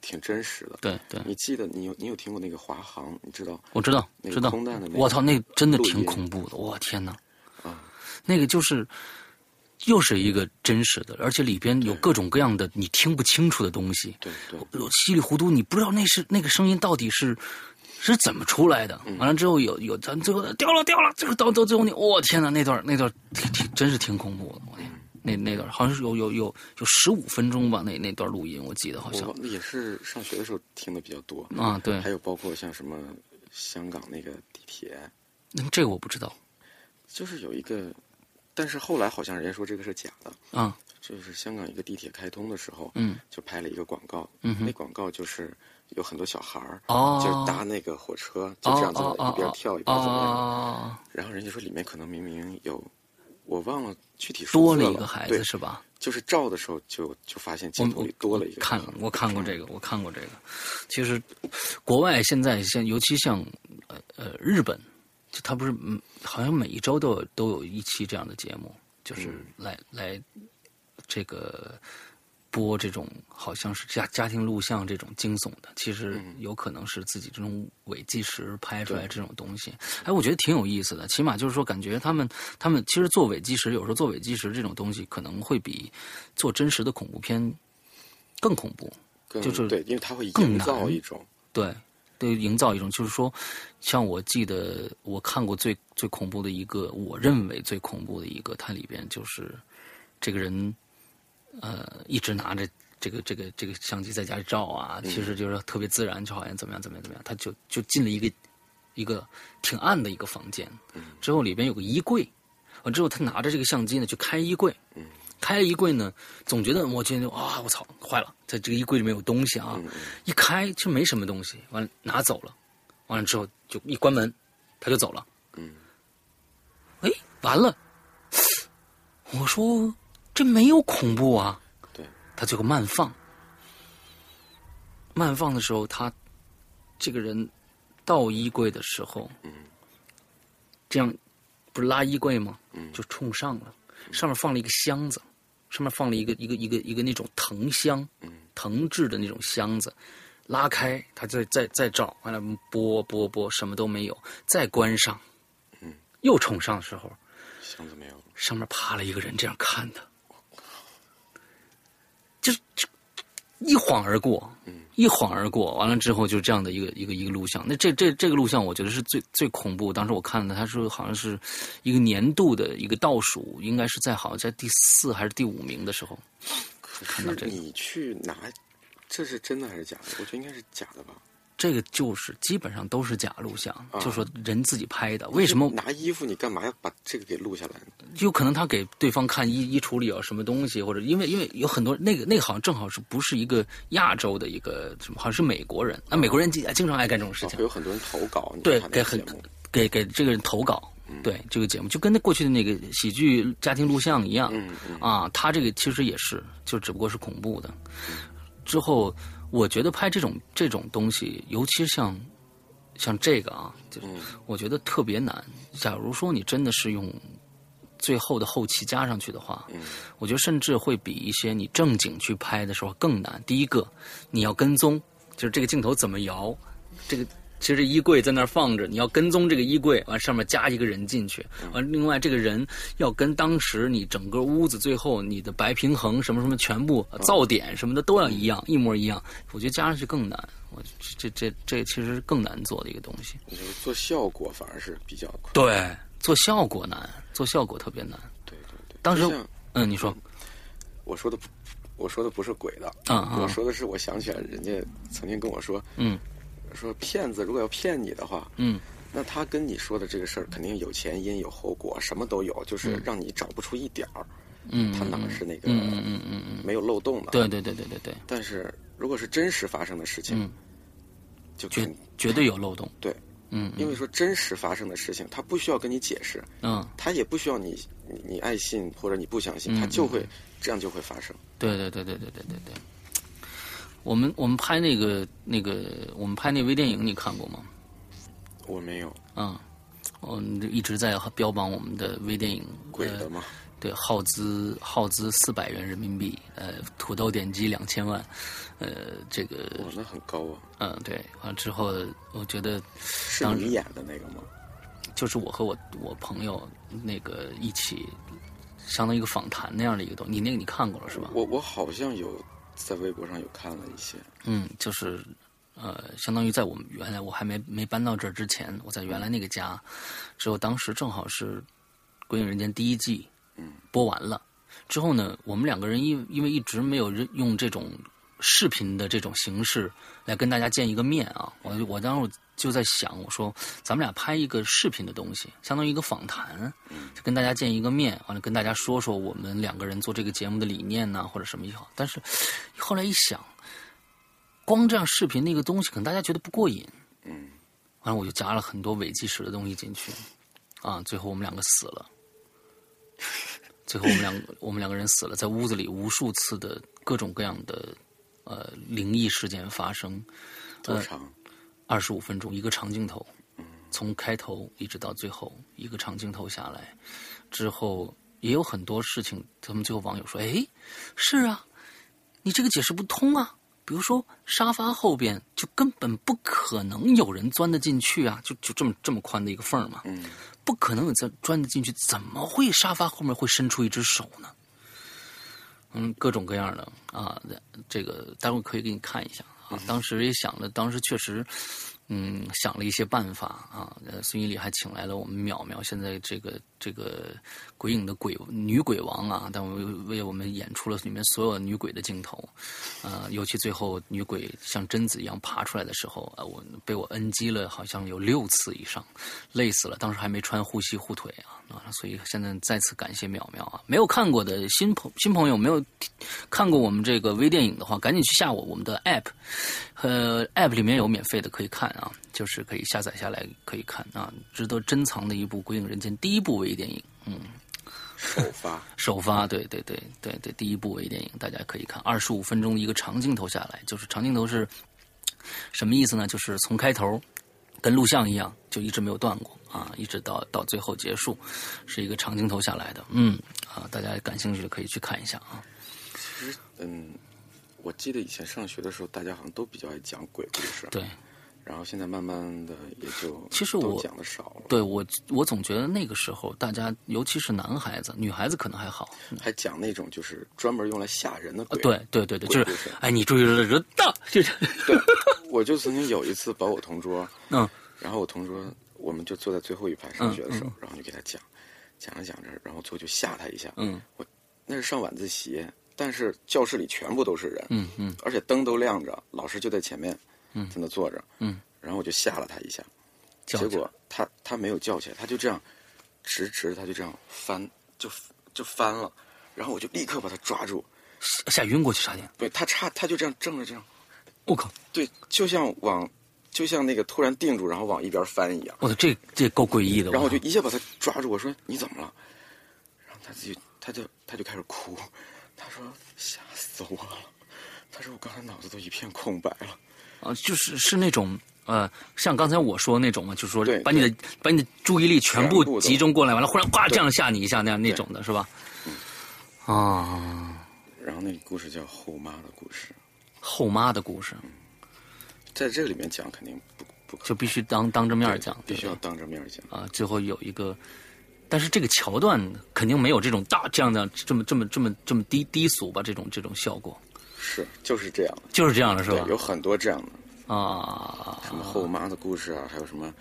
S4: 挺真实的。
S3: 对对，
S4: 你记得你有你有听过那个华航，你知道
S3: 我知道
S4: 那个
S3: 知道
S4: 空难的，那
S3: 我
S4: 个
S3: 操，那真的
S4: 录
S3: 挺
S4: 音
S3: 恐怖的，我天哪！
S4: 啊？
S3: 那个就是又是一个真实的，而且里边有各种各样的你听不清楚的东西，
S4: 对对，
S3: 稀里糊涂，你不知道那是那个声音到底是是怎么出来的。
S4: 嗯
S3: 完了之后有有咱最后掉了掉了，这个到到最后你，我、天哪，那段那段挺挺真是挺恐怖的，我
S4: 嗯
S3: 天。那那段好像是有有有有十五分钟吧，那那段录音我记得好像
S4: 我也是上学的时候听的比较多。
S3: 啊，对
S4: 还，有包括像什么香港那个地铁，
S3: 那这个我不知道
S4: 就是有一个，但是后来好像人家说这个是假的，
S3: 啊，
S4: 就是香港一个地铁开通的时候，
S3: 嗯，
S4: 就拍了一个广告，
S3: 嗯哼
S4: 那广告就是有很多小孩儿，
S3: 哦
S4: 就是搭那个火车，就这样子
S3: 哦哦
S4: 一边跳一边怎么样，
S3: 哦，
S4: 然后人家说里面可能明明有。我忘了具体数
S3: 多
S4: 字
S3: 了
S4: 了
S3: 一个孩
S4: 对
S3: 子是吧？
S4: 就是照的时候就就发现
S3: 我
S4: 镜头里多了一个
S3: 看
S4: 小
S3: 了
S4: 孩，
S3: 我看过这个，我看过这个。其实，国外现在像尤其像呃呃日本，就他不是嗯，好像每一周都有都有一期这样的节目，就是
S4: 嗯
S3: 来、来这个播这种好像是家家庭录像这种惊悚的，其实
S4: 嗯
S3: 有可能是自己这种伪纪实拍出来这种东西。哎，我觉得挺有意思的，起码就是说，感觉他们他们其实做伪纪实，有时候做伪纪实这种东西可能会比做真实的恐怖片更恐怖。
S4: 更
S3: 就是
S4: 对，因为它会
S3: 更
S4: 营造
S3: 难
S4: 一种
S3: 对，对，营造一种就是说，像我记得我看过最最恐怖的一个，我认为最恐怖的一个，它里边就是这个人，呃，一直拿着这个这个这个相机在家里照啊，其实就是特别自然，就好像怎么样怎么样怎么样，他就就进了一个一个挺暗的一个房间，之后里边有个衣柜，完之后他拿着这个相机呢去开衣柜，开了衣柜呢，总觉得我今天就啊我操坏了，在这个衣柜里面有东西啊，一开就没什么东西，完了拿走了，完了之后就一关门他就走了，
S4: 嗯，
S3: 哎完了，我说这没有恐怖啊。
S4: 对，
S3: 他最后慢放，慢放的时候，他这个人到衣柜的时候，嗯，这样不是拉衣柜吗？嗯，就冲上了，上面放了一个箱子，上面放了一个一个一个一个那种藤箱，嗯，藤制的那种箱子，拉开，他再再再照，完了拨拨拨，什么都没有，再关上，
S4: 嗯，
S3: 又冲上的时候，
S4: 箱子没有了，
S3: 上面趴了一个人，这样看他，就是就一晃而过，一晃而过。完了之后，就这样的一个一个一个录像。那这这这个录像，我觉得是最最恐怖。当时我看了，它是好像是一个年度的一个倒数，应该是在好像在第四还是第五名的时候。
S4: 可是你去拿，这是真的还是假的？我觉得应该是假的吧。
S3: 这个就是基本上都是假录像，就说人自己拍的。为什么
S4: 拿衣服？你干嘛要把这个给录下来呢？
S3: 有可能他给对方看衣衣橱里有啊什么东西，或者因为因为有很多那个那个好像正好是不是一个亚洲的一个什么，好像是美国人。那美国人经经常爱干这种事
S4: 啊
S3: 情
S4: 会，有很多人投稿，你
S3: 对，
S4: 看那
S3: 给
S4: 个
S3: 很
S4: 节目嗯
S3: 给给这个人投稿。对这个节目，就跟那过去的那个喜剧家庭录像一样，
S4: 嗯
S3: 啊，他这个其实也是，就只不过是恐怖的。
S4: 嗯
S3: 之后，我觉得拍这种这种东西，尤其像像这个啊，就是
S4: 嗯
S3: 我觉得特别难。假如说你真的是用最后的后期加上去的话，
S4: 嗯
S3: 我觉得甚至会比一些你正经去拍的时候更难。第一个，你要跟踪，就是这个镜头怎么摇，这个其实这衣柜在那儿放着，你要跟踪这个衣柜，完上面加一个人进去，
S4: 嗯
S3: 完另外这个人要跟当时你整个屋子最后你的白平衡什么什么全部呃噪点什么的都要一
S4: 嗯
S3: 样，一模一样。我觉得加上去更难，我这这这这其实是更难做的一个东西。
S4: 你就是做效果反而是比较快。
S3: 对，做效果难，做效果特别难。
S4: 对对对，
S3: 当时
S4: 就像
S3: 嗯，你说
S4: 我说的不，我说的不是鬼的，
S3: 嗯嗯
S4: 我说的是我想起来人家曾经跟我说，
S3: 嗯，
S4: 说骗子如果要骗你的话，
S3: 嗯，
S4: 那他跟你说的这个事儿肯定有前因有后果，什么都有，就是让你找不出一点儿，嗯，他哪是那个，嗯嗯嗯没有漏洞的，
S3: 对对对对对对，
S4: 但是如果是真实发生的事情，嗯就
S3: 绝
S4: 肯
S3: 绝对有漏洞。
S4: 嗯对，
S3: 嗯
S4: 因为说真实发生的事情，他不需要跟你解释，
S3: 嗯，
S4: 他也不需要你你你爱信或者你不相信，他就会这样就会发生。
S3: 对对对对对对对对。我们我们拍那个那个我们拍那微电影，你看过吗？
S4: 我没有
S3: 嗯，我们一直在标榜我们的微电影
S4: 鬼
S3: 呃
S4: 的吗？
S3: 对，耗资耗资四百元人民币，呃，土豆点击两千万，呃，这个
S4: 哇，那很高啊！
S3: 嗯，对，完之后，我觉得
S4: 是你演的那个吗？
S3: 就是我和我我朋友那个一起，相当于一个访谈那样的一个东西，你那个你看过了是吧？
S4: 我我好像有在微博上有看了一些，
S3: 嗯，就是呃，相当于在我们原来我还没没搬到这儿之前，我在原来那个家，之后当时正好是《鬼影人间》第一季，嗯，播完了之后呢，我们两个人因因为一直没有人用这种视频的这种形式来跟大家见一个面啊，我就我当时就在想，我说咱们俩拍一个视频的东西，相当于一个访谈，就跟大家见一个面，完了跟大家说说我们两个人做这个节目的理念呐、或者什么也好，但是后来一想。光这样视频那个东西，可能大家觉得不过瘾。嗯，完了我就加了很多伪纪实的东西进去，啊，最后我们两个死了。 (laughs) 最后我们两个我们两个人死了，在屋子里无数次的各种各样的呃灵异事件发生，
S4: 多长？
S3: 二十五分钟一个长镜头，从开头一直到最后一个长镜头下来之后，也有很多事情，他们最后网友说：“哎，是啊，你这个解释不通啊。”比如说沙发后边就根本不可能有人钻得进去啊，就就这么这么宽的一个缝儿嘛，不可能有钻钻得进去，怎么会沙发后面会伸出一只手呢？嗯，各种各样的啊，这个待会儿可以给你看一下啊。当时也想了，当时确实，嗯，想了一些办法啊。呃孙一礼还请来了我们淼淼，现在这个这个鬼影的鬼女鬼王啊，但我们为我们演出了里面所有女鬼的镜头，呃，尤其最后女鬼像贞子一样爬出来的时候，呃，我被我 NG 了，好像有六次以上，累死了。当时还没穿护膝护腿啊，啊，所以现在再次感谢淼淼啊！没有看过的新朋新朋友，没有看过我们这个微电影的话，赶紧去下我我们的 app，呃，app 里面有免费的可以看啊，就是可以下载下来可以看啊，值得珍藏的一部《鬼影人间》第一部微电影，嗯，
S4: 首发，
S3: 首发，对对对对对，第一部微电影大家可以看，二十五分钟的一个长镜头下来，就是长镜头是什么意思呢？就是从开头跟录像一样，就一直没有断过啊，一直到到最后结束，是一个长镜头下来的。嗯啊，大家感兴趣的可以去看一下啊。
S4: 嗯，我记得以前上学的时候，大家好像都比较爱讲鬼故事，
S3: 对，
S4: 然后现在慢慢的也就
S3: 其实
S4: 都
S3: 我
S4: 讲的少了，
S3: 对我我总觉得那个时候大家，尤其是男孩子，女孩子可能还好。
S4: 还讲那种就是专门用来吓人的
S3: 啊
S4: 鬼，
S3: 对对对对，就
S4: 鬼故
S3: 是
S4: 事
S3: 哎，你注意了，人大
S4: (laughs)
S3: 就是
S4: 对，我就曾经有一次把我同桌，
S3: 嗯
S4: 然后我同桌我们就坐在最后一排上学的
S3: 嗯
S4: 时候，然后就给他讲，讲着讲着，然后最后就吓他一下，
S3: 嗯，
S4: 我那是上晚自习，但是教室里全部都是人，
S3: 嗯嗯
S4: 而且灯都亮着，老师就在前面，
S3: 嗯
S4: 在那坐着，
S3: 嗯，
S4: 然后我就吓了他一下，
S3: 叫
S4: 结果他他没有叫起来，他就这样直直的，他就这样翻，就就翻了，然后我就立刻把他抓住，
S3: 吓晕过去差点，
S4: 对他差他就这样正着这样。
S3: 我靠，
S4: 对，就像往，就像那个突然定住，然后往一边翻一样。
S3: 我操，这这够诡异的。
S4: 然后我就
S3: 靠
S4: 一下把他抓住，我说你怎么了？然后他自己，他就他就开始哭，他说吓死我了。他说我刚才脑子都一片空白了。
S3: 啊，就是是那种呃，像刚才我说那种嘛，就是说
S4: 对
S3: 把你的把你的注意力全
S4: 全部
S3: 部
S4: 都
S3: 集中过来，完了忽然呱这样吓你一下那样那种的是吧？
S4: 嗯
S3: 啊，
S4: 然后那个故事叫《后妈的故事
S3: 后妈的故事》，
S4: 在这里面讲肯定不不可
S3: 就必须当当着面儿讲，
S4: 必须
S3: 对
S4: 要
S3: 不对
S4: 当着面讲。
S3: 啊，最后有一个。但是这个桥段肯定没有这种大这样的这么这么这么这么低低俗吧？这种这种效果
S4: 是，就是这样的。
S3: 就是这样的，是
S4: 对
S3: 吧，？
S4: 有很多这样的，
S3: 啊，
S4: 什么后妈的故事啊，还有什么。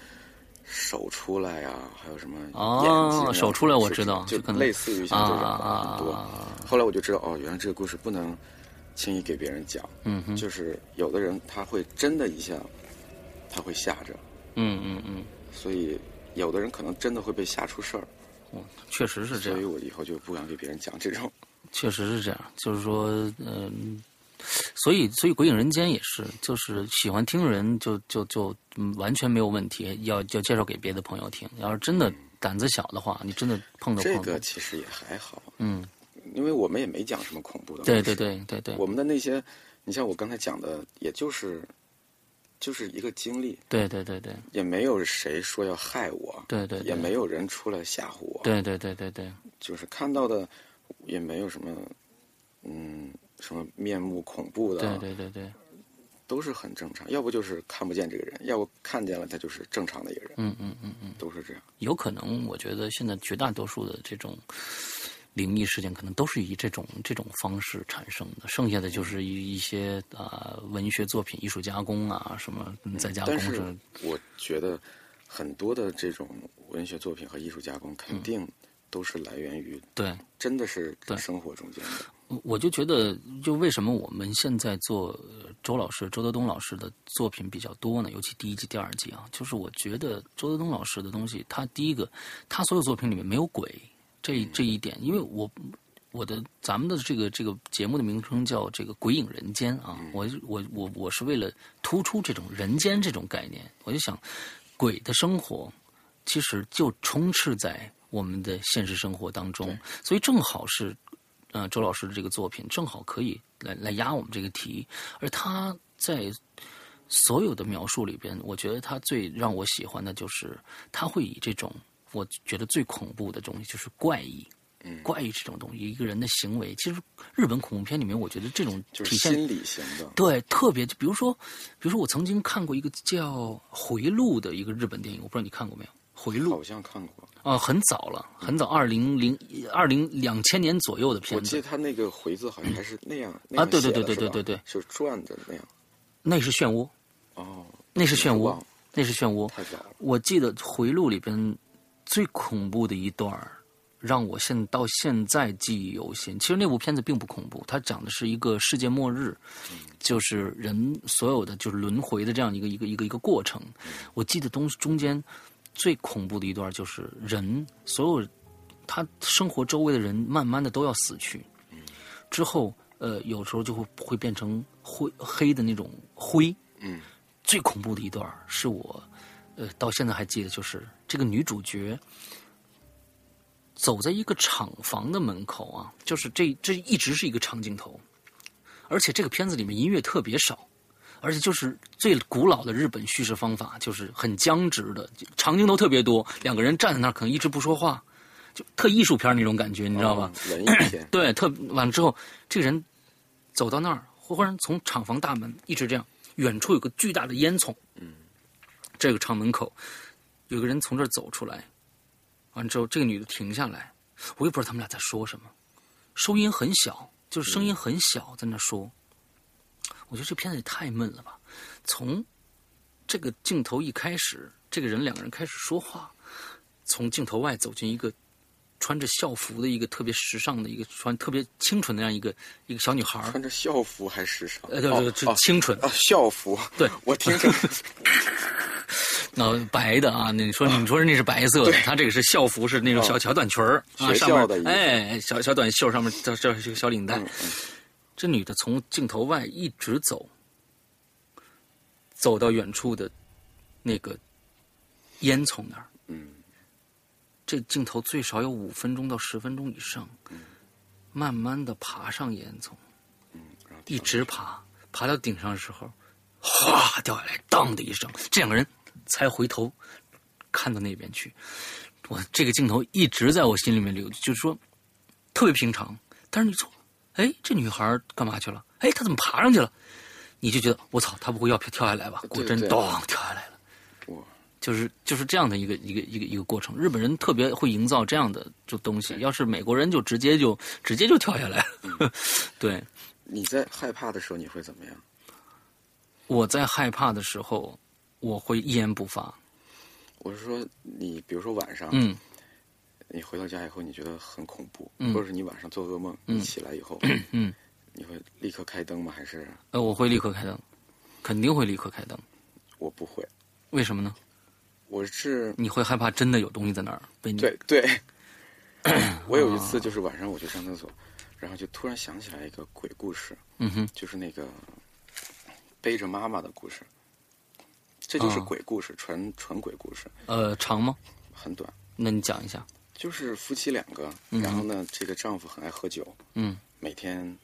S4: 手出来呀、还有什么
S3: 哦
S4: 眼睛啊
S3: 手出来我知道
S4: 就
S3: 就可能
S4: 类似于像这种的
S3: 啊
S4: 很多
S3: 啊。
S4: 后来我就知道，哦，原来这个故事不能轻易给别人讲，
S3: 嗯哼，
S4: 就是有的人他会真的一下，他会吓着，
S3: 嗯嗯嗯，
S4: 所以有的人可能真的会被吓出事儿，
S3: 我确实是这样
S4: 所以。我以后就不敢给别人讲这种。
S3: 确实是这样，就是说，嗯、所以所以《鬼影人间》也是，就是喜欢听人就就就、嗯、完全没有问题，要要介绍给别的朋友听。要是真的胆子小的话，你真的碰都碰
S4: 嗯这
S3: 不
S4: 个其实也还好，
S3: 嗯，
S4: 因为我们也没讲什么恐怖的，
S3: 对对，对对对
S4: 我们的那些，你像我刚才讲的，也就是就是一个经历，
S3: 对对对对
S4: 也没有谁说要害我，
S3: 对对对
S4: 也没有啊人出来吓唬我，
S3: 对对对对对，
S4: 就是看到的也没有什么，嗯，什么面目恐怖的啊，
S3: 对对对对，
S4: 都是很正常。要不就是看不见这个人，要不看见了他就是正常的一个人，
S3: 嗯嗯嗯嗯，
S4: 都是这样。
S3: 有可能，我觉得现在绝大多数的这种。灵异事件可能都是以这种这种方式产生的，剩下的
S4: 嗯
S3: 就是一一些啊、呃文学作品、艺术加工啊什么嗯再加工
S4: 但
S3: 这
S4: 是我觉得很多的这种文学作品和艺术加工，肯定都是来源于
S3: 对，
S4: 真的是
S3: 嗯对
S4: 生活中间的。
S3: 我我就觉得，就为什么我们现在做呃周老师、周德东老师的作品比较多呢？尤其第一季、第二季啊，就是我觉得周德东老师的东西，他第一个，他所有作品里面没有鬼这一这一点，因为我我的咱们的这个这个节目的名称叫这个“鬼影人间”啊，我我我我是为了突出这种人间这种概念，我就想鬼的生活其实就充斥在我们的现实生活当中，所以正好是，呃，周老师的这个作品正好可以来来压我们这个题，而他在所有的描述里边，我觉得他最让我喜欢的就是他会以这种我觉得最恐怖的东西就是怪异。
S4: 嗯
S3: 怪异这种东西，一个人的行为，其实日本恐怖片里面，我觉得这种
S4: 就是
S3: 体现
S4: 心理型的，
S3: 对，特别就比如说，比如说我曾经看过一个叫《回路》的一个日本电影，我不知道你看过没有，《回路》
S4: 好像看过。
S3: 啊、很早了，很早，二零零二零两千年左右的
S4: 我
S3: 片
S4: 记得
S3: 子，
S4: 他那个回字好像还是
S3: (clears throat)
S4: 那样那样
S3: 啊对对
S4: 写的
S3: 对对
S4: 是吧
S3: 对对对
S4: 是转着那样。
S3: 那是漩涡，
S4: 哦，
S3: 那是漩
S4: 我
S3: 涡
S4: 忘了，
S3: 那是漩涡。
S4: 太早了，
S3: 我记得回路里边最恐怖的一段儿让我现到现在记忆犹新。其实那部片子并不恐怖，它讲的是一个世界末日，
S4: 嗯
S3: 就是人所有的就是轮回的这样一个一个一个一个过程。我记得东中间最恐怖的一段就是人所有他生活周围的人慢慢的都要死去，之后呃有时候就会会变成灰黑的那种灰。
S4: 嗯，
S3: 最恐怖的一段儿是我，呃，到现在还记得，就是这个女主角走在一个厂房的门口啊，就是这这一直是一个长镜头，而且这个片子里面音乐特别少，而且就是最古老的日本叙事方法，就是很僵直的长镜头特别多，两个人站在那儿可能一直不说话，就特艺术片儿那种感觉，你
S4: 你
S3: 知道吧？？，
S4: 哦文艺片
S3: 对，特完了之后，这个人走到那儿，忽然从厂房大门一直这样，远处有个巨大的烟囱，嗯，这个厂门口有个人从这儿走出来，完了之后，这个女的停下来，我也不知道他们俩在说什么，收音很小，
S4: 嗯
S3: 就是声音很小，在那说。我觉得这片子也太闷了吧！从这个镜头一开始，这个人两个人开始说话，从镜头外走进一个穿着校服的一个特别时尚的一个穿特别清纯的那样一个一个小女孩儿，
S4: 穿着校服还时尚，
S3: (clears throat) 呃，对对，
S4: 哦
S3: 是
S4: 哦
S3: 清纯，
S4: 啊，校服，
S3: 对，
S4: 我听
S3: (laughs)
S4: 着，
S3: 呃，白的啊，那你说你说那是白色的，他这个是校服，是那种小小短裙儿啊，
S4: 啊哦学
S3: 上
S4: 校
S3: 面
S4: 的衣服嗯
S3: 哎，小小短袖上面这这是个小领带。这女的从镜头外一直走，走到远处的那个烟囱那儿。
S4: 嗯，
S3: 这镜头最少有五分钟到十分钟以上，
S4: 嗯
S3: 慢慢的爬上烟囱，
S4: 嗯然后
S3: 一直爬，爬到顶上的时候，哗掉下来，当的一声，这两个人才回头看到那边去。我这个镜头一直在我心里面留，就是说特别平常，但是你说，哎，这女孩干嘛去了？哎，她怎么爬上去了？你就觉得我操，她不会要跳下来吧？果真
S4: 对对
S3: 咚跳下来了。
S4: 我
S3: 就是就是这样的一个一个一个一个过程。日本人特别会营造这样的就东西，要是美国人就直接就直接就跳下来
S4: 嗯
S3: 了。 (laughs) 对，
S4: 你在害怕的时候你会怎么样？
S3: 我在害怕的时候，我会一言不发。
S4: 我是说，你比如说晚上，
S3: 嗯，
S4: 你回到家以后你觉得很恐怖，
S3: 嗯
S4: 或者是你晚上做噩梦，你起来以后，
S3: 嗯，
S4: (clears throat) 你会立刻开灯吗？还是
S3: 呃，我会立刻开灯，肯定会立刻开灯。
S4: 我不会？
S3: 为什么呢？
S4: 我是
S3: 你会害怕真的有东西在那儿被你
S4: 对
S3: (clears throat)
S4: 对，我有一次
S3: 啊
S4: 就是晚上我去上厕所，然后就突然想起来一个鬼故事，
S3: 嗯哼，
S4: 就是那个背着妈妈的故事，这就是
S3: 啊
S4: 鬼故事，纯纯鬼故事，
S3: 呃，长吗？
S4: 很短，
S3: 那你讲一下。
S4: 就是夫妻两个，然后呢，这个丈夫很爱喝酒，
S3: 嗯
S4: 每天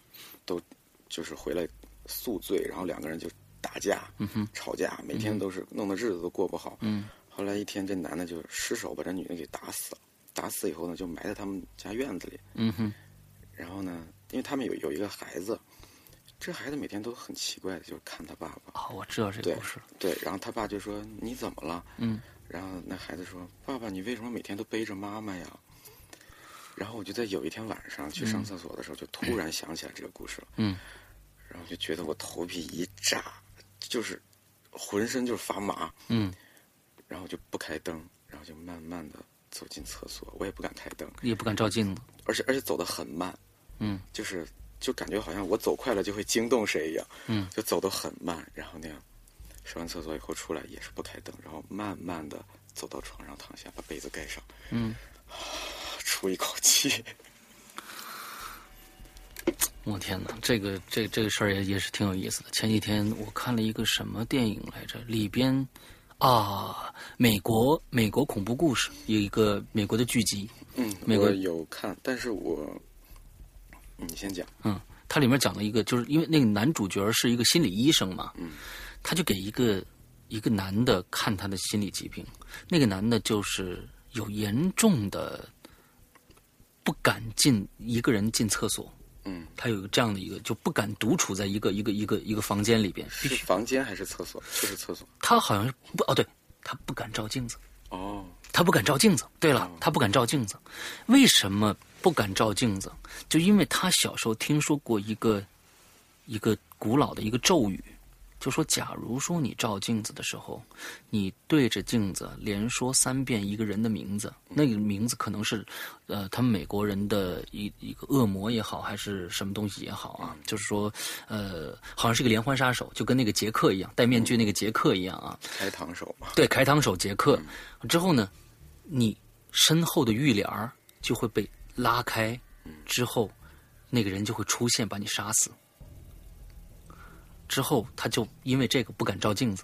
S4: 都就是回来宿醉，然后两个人就打架、吵架，每天都是弄得日子都过不好。
S3: 嗯
S4: 后来一天，这男的就失手把这女的给打死了。打死以后呢，就埋在他们家院子里。
S3: 嗯哼，
S4: 然后呢，因为他们有有一个孩子，这孩子每天都很奇怪的，就是看他爸爸。
S3: 哦好，我知道这个
S4: 对
S3: 故事了。
S4: 对，然后他爸就说：“你怎么了？”
S3: 嗯，
S4: 然后那孩子说：“爸爸，你为什么每天都背着妈妈呀？”然后我就在有一天晚上去上厕所的时候，就突然想起来这个故事了。
S3: 嗯，
S4: 然后就觉得我头皮一炸，就是浑身就是发麻，
S3: 嗯，
S4: 然后就不开灯，然后就慢慢的走进厕所，我也不敢开灯，
S3: 也不敢照镜子。
S4: 而且而且走得很慢，
S3: 嗯，
S4: 就是就感觉好像我走快了就会惊动谁一样，
S3: 嗯，
S4: 就走得很慢，然后那样上完厕所以后出来也是不开灯，然后慢慢的走到床上躺下，把被子盖上，
S3: 嗯，
S4: (sighs) 出一口
S3: (laughs)
S4: 气，
S3: 我天哪，这个这这个事儿也也是挺有意思的。前几天我看了一个什么电影来着？里边啊，美国美国恐怖故事有一个美国的剧集，
S4: 嗯，
S3: 美国
S4: 我有看，但是我你先讲，
S3: 嗯，它里面讲了一个，就是因为那个男主角是一个心理医生嘛，嗯，他就给一个一个男的看他的心理疾病，那个男的就是有严重的不敢进一个人进厕所，
S4: 嗯，
S3: 他有这样的一个就不敢独处在一个一个一个一个房间里边，
S4: 是房间还是厕所？就是厕所。
S3: 他好像是不哦，对他不敢照镜子，
S4: 哦，
S3: 他不敢照镜子。对了，他不敢照镜子，为什么不敢照镜子？就因为他小时候听说过一个一个古老的一个咒语，就说，假如说你照镜子的时候，你对着镜子连说三遍一个人的名字，那个名字可能是，呃，他们美国人的一一个恶魔也好，还是什么东西也好啊，就是说，呃，好像是个连环杀手，就跟那个杰克一样，戴面具那个杰克一样啊，
S4: 开膛手嘛，
S3: 对，开膛手杰克。之后呢，你身后的浴帘儿就会被拉开，之后那个人就会出现把你杀死。之后他就因为这个不敢照镜子。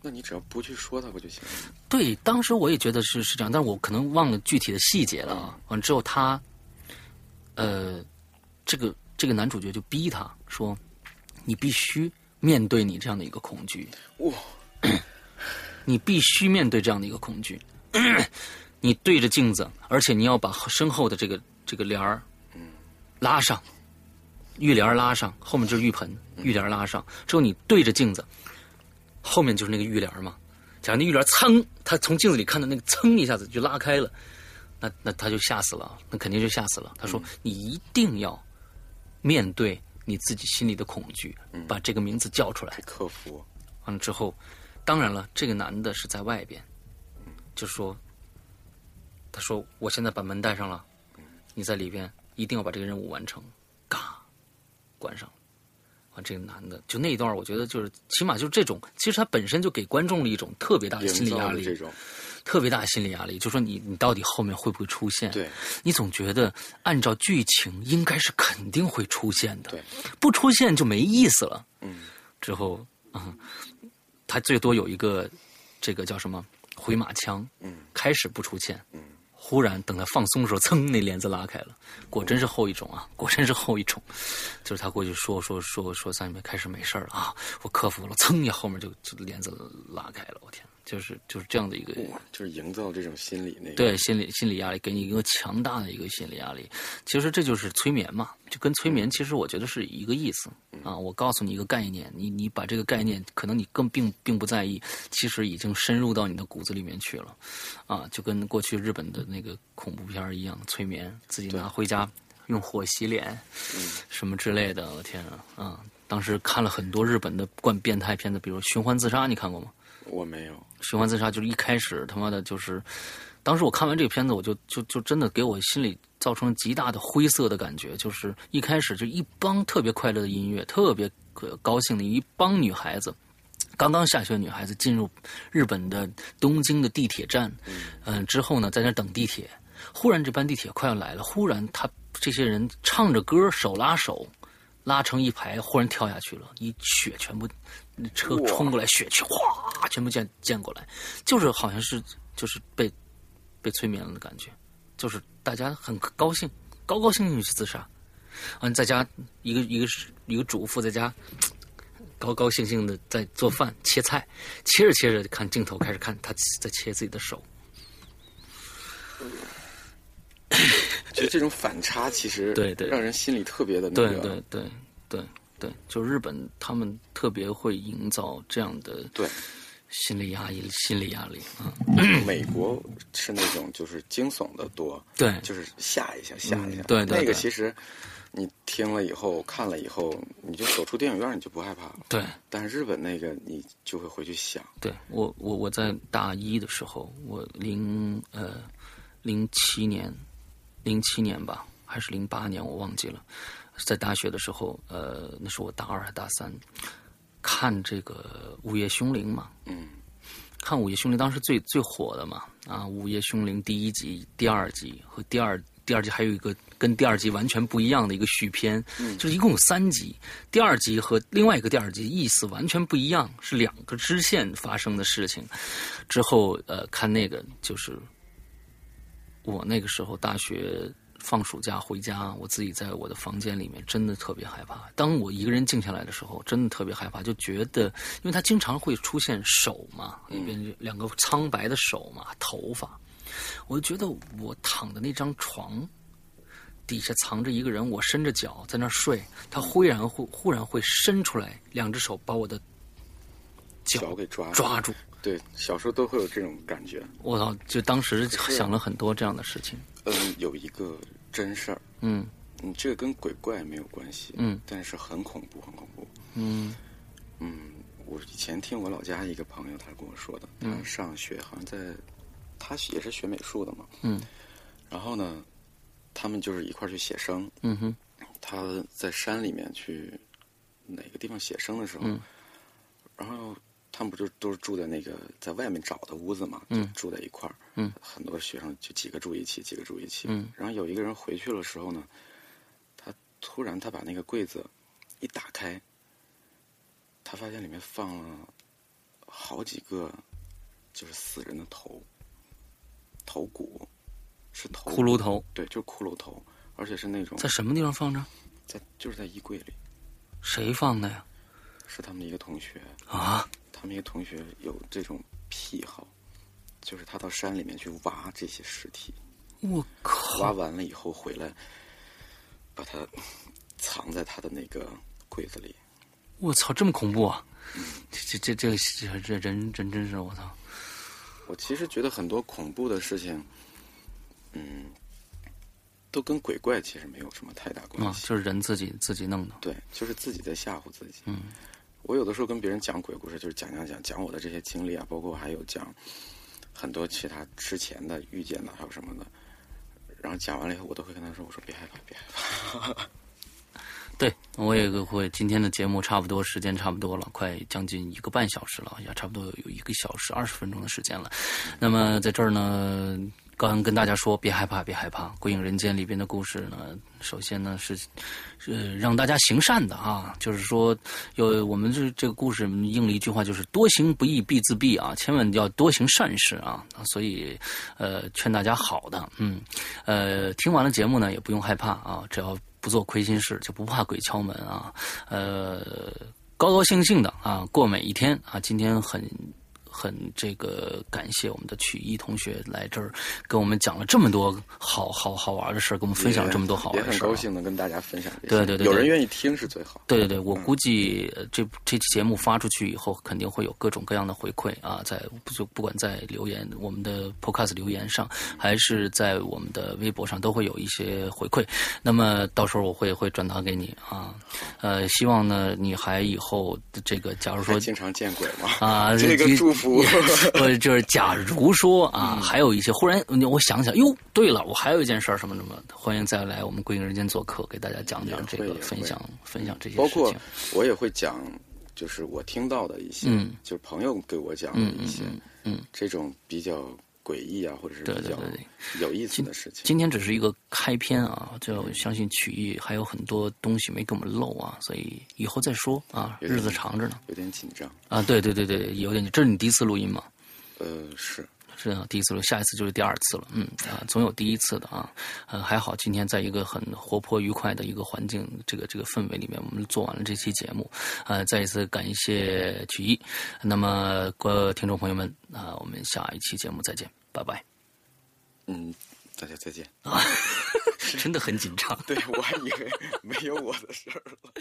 S4: 那你只要不去说他不就行了？
S3: 对，当时我也觉得是是这样，但是我可能忘了具体的细节了啊。完之后他，呃，这个这个男主角就逼他说：“你必须面对你这样的一个恐惧。”
S4: 哇，
S3: 你必须面对这样的一个恐惧。 (clears throat) 你对着镜子，而且你要把身后的这个这个帘儿嗯拉上，浴帘儿拉上，后面就是浴盆，浴帘儿拉上之后，你对着镜子，后面就是那个浴帘儿嘛。假如那浴帘儿噌，他从镜子里看到那个噌一下子就拉开了，那那他就吓死了，那肯定就吓死了。他说：“你一定要面对你自己心里的恐惧，把这个名字叫出来。”
S4: 得克服，
S3: 完了之后，当然了，这个男的是在外边，就说，他说我现在把门带上了，你在里边一定要把这个任务完成，嘎，关上了。完，这个男的就那一段，我觉得就是起码就是这种，其实他本身就给观众了一种特别大的心
S4: 营
S3: 理
S4: 造
S3: 压
S4: 了
S3: 力，
S4: 这种，
S3: 特别大的心理压力，就说你你到底后面会不会出现？
S4: 对，
S3: 你总觉得按照剧情应该是肯定会出现的，
S4: 对，
S3: 不出现就没意思了。
S4: 嗯，
S3: 之后啊、他最多有一个这个叫什么回马枪，
S4: 嗯，
S3: 开始不出现，
S4: 嗯，
S3: 忽然等他放松的时候，噌，那帘子拉开了，果真是后一种啊，果真是后一种，就是他过去说说说说三遍，开始没事儿了啊，我克服了，噌一下后面就就帘子拉开了，我天，就是就是这样的一个。
S4: 哇，就是营造这种心理那个，
S3: 对心理心理压力，给你一个强大的一个心理压力。其实这就是催眠嘛，就跟催眠其实我觉得是一个意思啊。我告诉你一个概念，你你把这个概念，可能你更并并不在意，其实已经深入到你的骨子里面去了，啊，就跟过去日本的那个恐怖片儿一样，催眠自己拿回家用火洗脸， (laughs) 什么之类的。我天啊，啊！当时看了很多日本的惯变态片子，比如《寻欢自杀》，你看过吗？
S4: 我没有，
S3: 循环自杀就是一开始他妈的就是，当时我看完这个片子，我就就就真的给我心里造成了极大的灰色的感觉，就是一开始就一帮特别快乐的音乐，特别呃高兴的一帮女孩子。刚刚下学的女孩子进入日本的东京的地铁站，嗯、之后呢，在那儿等地铁。忽然这班地铁快要来了，忽然他这些人唱着歌，手拉手，拉成一排，忽然跳下去了，一血全部，车
S4: 哇
S3: 冲过来，血全哗全部溅溅过来，就是好像是就是被被催眠了的感觉，就是大家很高兴，高高兴兴去自杀，啊，在家一个一个是一个主妇在家。高高兴兴的在做饭切菜，切着切着看镜头，开始看他在切自己的手，
S4: 就这种反差，其实
S3: 对对
S4: 让人心里特别的那
S3: 对
S4: 个，
S3: 对对对对，就日本他们特别会营造这样的
S4: 对
S3: 心理压抑、心理压力啊、
S4: 美国是那种就是惊悚的多，
S3: 对
S4: 就是吓一下吓一下，
S3: 嗯对对
S4: 那
S3: 对
S4: 个其实你听了以后看了以后，你就走出电影院你就不害怕了，
S3: 对
S4: 但是日本那个你就会回去想，
S3: 对，我我我在大一的时候，我零呃零七年，零七年吧，还是零八年，我忘记了。在大学的时候，呃，那是我大二还大三，看这个《午夜凶铃》嘛，
S4: 嗯，
S3: 看《午夜凶铃》当时最最火的嘛，啊，《午夜凶铃》第一集、第二集和第二第二集还有一个跟第二集完全不一样的一个续篇，就是一共有三集，第二集和另外一个第二集意思完全不一样，是两个支线发生的事情。之后呃，看那个就是我那个时候大学放暑假回家，我自己在我的房间里面真的特别害怕。当我一个人静下来的时候，真的特别害怕，就觉得，因为它经常会出现手嘛，里边两个苍白的手嘛，头发，我就觉得我躺的那张床。底下藏着一个人，我伸着脚在那儿睡，他忽然会忽然会伸出来，两只手把我的
S4: 脚给抓
S3: 抓住，
S4: 对，小时候都会有这种感觉。
S3: 我操！就当时想了很多这样的事情。
S4: 嗯，有一个真事儿，
S3: 嗯
S4: 嗯，这个跟鬼怪没有关系，
S3: 嗯，
S4: 但是很恐怖，很恐怖。
S3: 嗯
S4: 嗯，我我以前听我老家一个朋友他跟我说的，他
S3: 嗯
S4: 上学好像在，他也是学美术的嘛，
S3: 嗯，
S4: 然后呢，他们就是一块儿去写生，
S3: 嗯哼，
S4: 他在山里面去哪个地方写生的时候，
S3: 嗯
S4: 然后他们不就都是住在那个在外面找的屋子嘛，就住在一块儿，
S3: 嗯
S4: 很多学生就几个住一起，几个住一起，
S3: 嗯
S4: 然后有一个人回去的时候呢，他突然他把那个柜子一打开，他发现里面放了好几个就是死人的头，头骨是头
S5: 骷髅头
S4: 对，就是骷髅头，而且是那种
S3: 在什么地方放着？
S4: 在就是在衣柜里，
S3: 谁放的呀？
S4: 是他们的一个同学，
S3: 啊，
S4: 他们一个同学有这种癖好，就是他到山里面去挖这些尸体，
S3: 我靠！
S4: 挖完了以后回来，把它藏在他的那个柜子里。
S3: 我操，这么恐怖啊！这这这这这人真真是我操！
S4: 我其实觉得很多恐怖的事情，嗯，都跟鬼怪其实没有什么太大关
S3: 啊，
S4: 系。
S3: 就是人自己自己弄的。
S4: 对，就是自己在吓唬自己。嗯，我有的时候跟别人讲鬼故事，就是讲讲讲讲我的这些经历啊，包括还有讲很多其他之前的遇见的，还有什么的。然后讲完了以后，我都会跟他说：“我说别害怕，别害怕。
S3: 对，我也会。今天的节目差不多时间差不多了，快将近一个半小时了，也差不多有一个小时二十分钟的时间了。那么在这儿呢，刚跟大家说，别害怕，别害怕，《鬼影人间》里边的故事呢，首先呢是是呃让大家行善的啊，就是说，有我们这这个故事应了一句话，就是多行不义必自毙啊，千万要多行善事啊。所以，呃，劝大家好的，嗯，呃，听完了节目呢，也不用害怕啊，只要不做亏心事，就不怕鬼敲门啊。呃，高高兴兴的啊，过每一天啊。今天很很这个感谢我们的曲艺同学来这儿跟我们讲了这么多好好好玩的事儿，跟我们”分享了这么多好
S4: 也
S3: 玩的
S4: 很
S3: 事儿、
S4: 高
S3: 啊。
S4: 兴能跟大家分享这些。
S3: 对对对对
S4: 有人愿意听是最好。
S3: 对对对，我
S4: 嗯
S3: 估计呃这这期节目发出去以后，肯定会有各种各样的回馈啊，在就不管在留言我们的 Podcast 留言上，还是在我们的微博上，都会有一些回馈。那么到时候我会会转达给你啊，呃，希望呢你还以后这个，假如说
S4: 还经常见鬼吗？
S3: 啊，
S4: (laughs) 这个祝福嗯
S3: 不就是假如说啊，还有一些忽然我想想，哟，对了，我还有一件事儿，什么什么，欢迎再来我们《归隐人间》做客，给大家讲讲这
S4: 也
S3: 个
S4: 会，也
S3: 分
S4: 会
S3: 享分享这些
S4: 包
S3: 事
S4: 括
S3: 情。
S4: 我也会讲，就是我听到的一些，
S3: 嗯
S4: 就是朋友给我讲的一些，嗯，这种比较诡异啊，或者是
S3: 对
S4: 比
S3: 对
S4: 较
S3: 对对
S4: 有意思的事情。
S3: 今天只是一个开篇啊，就相信曲艺还有很多东西没给我们漏啊，所以以后再说啊，
S4: 有点
S3: 日子长着呢
S4: 有点紧张，
S3: 啊，对对对对，有点，这是你第一次录音吗？
S4: 呃，是
S3: 是啊，第一次录，下一次就是第二次了，嗯啊，总有第一次的啊，呃，还好今天在一个很活泼愉快的一个环境，这个这个氛围里面，我们做完了这期节目，呃，再一次感谢曲艺，那么各位听众朋友们啊、我们下一期节目再见，拜拜
S4: 嗯，大家再见。
S3: (laughs) 真的很紧张。
S4: 对我还以为没有我的事儿了。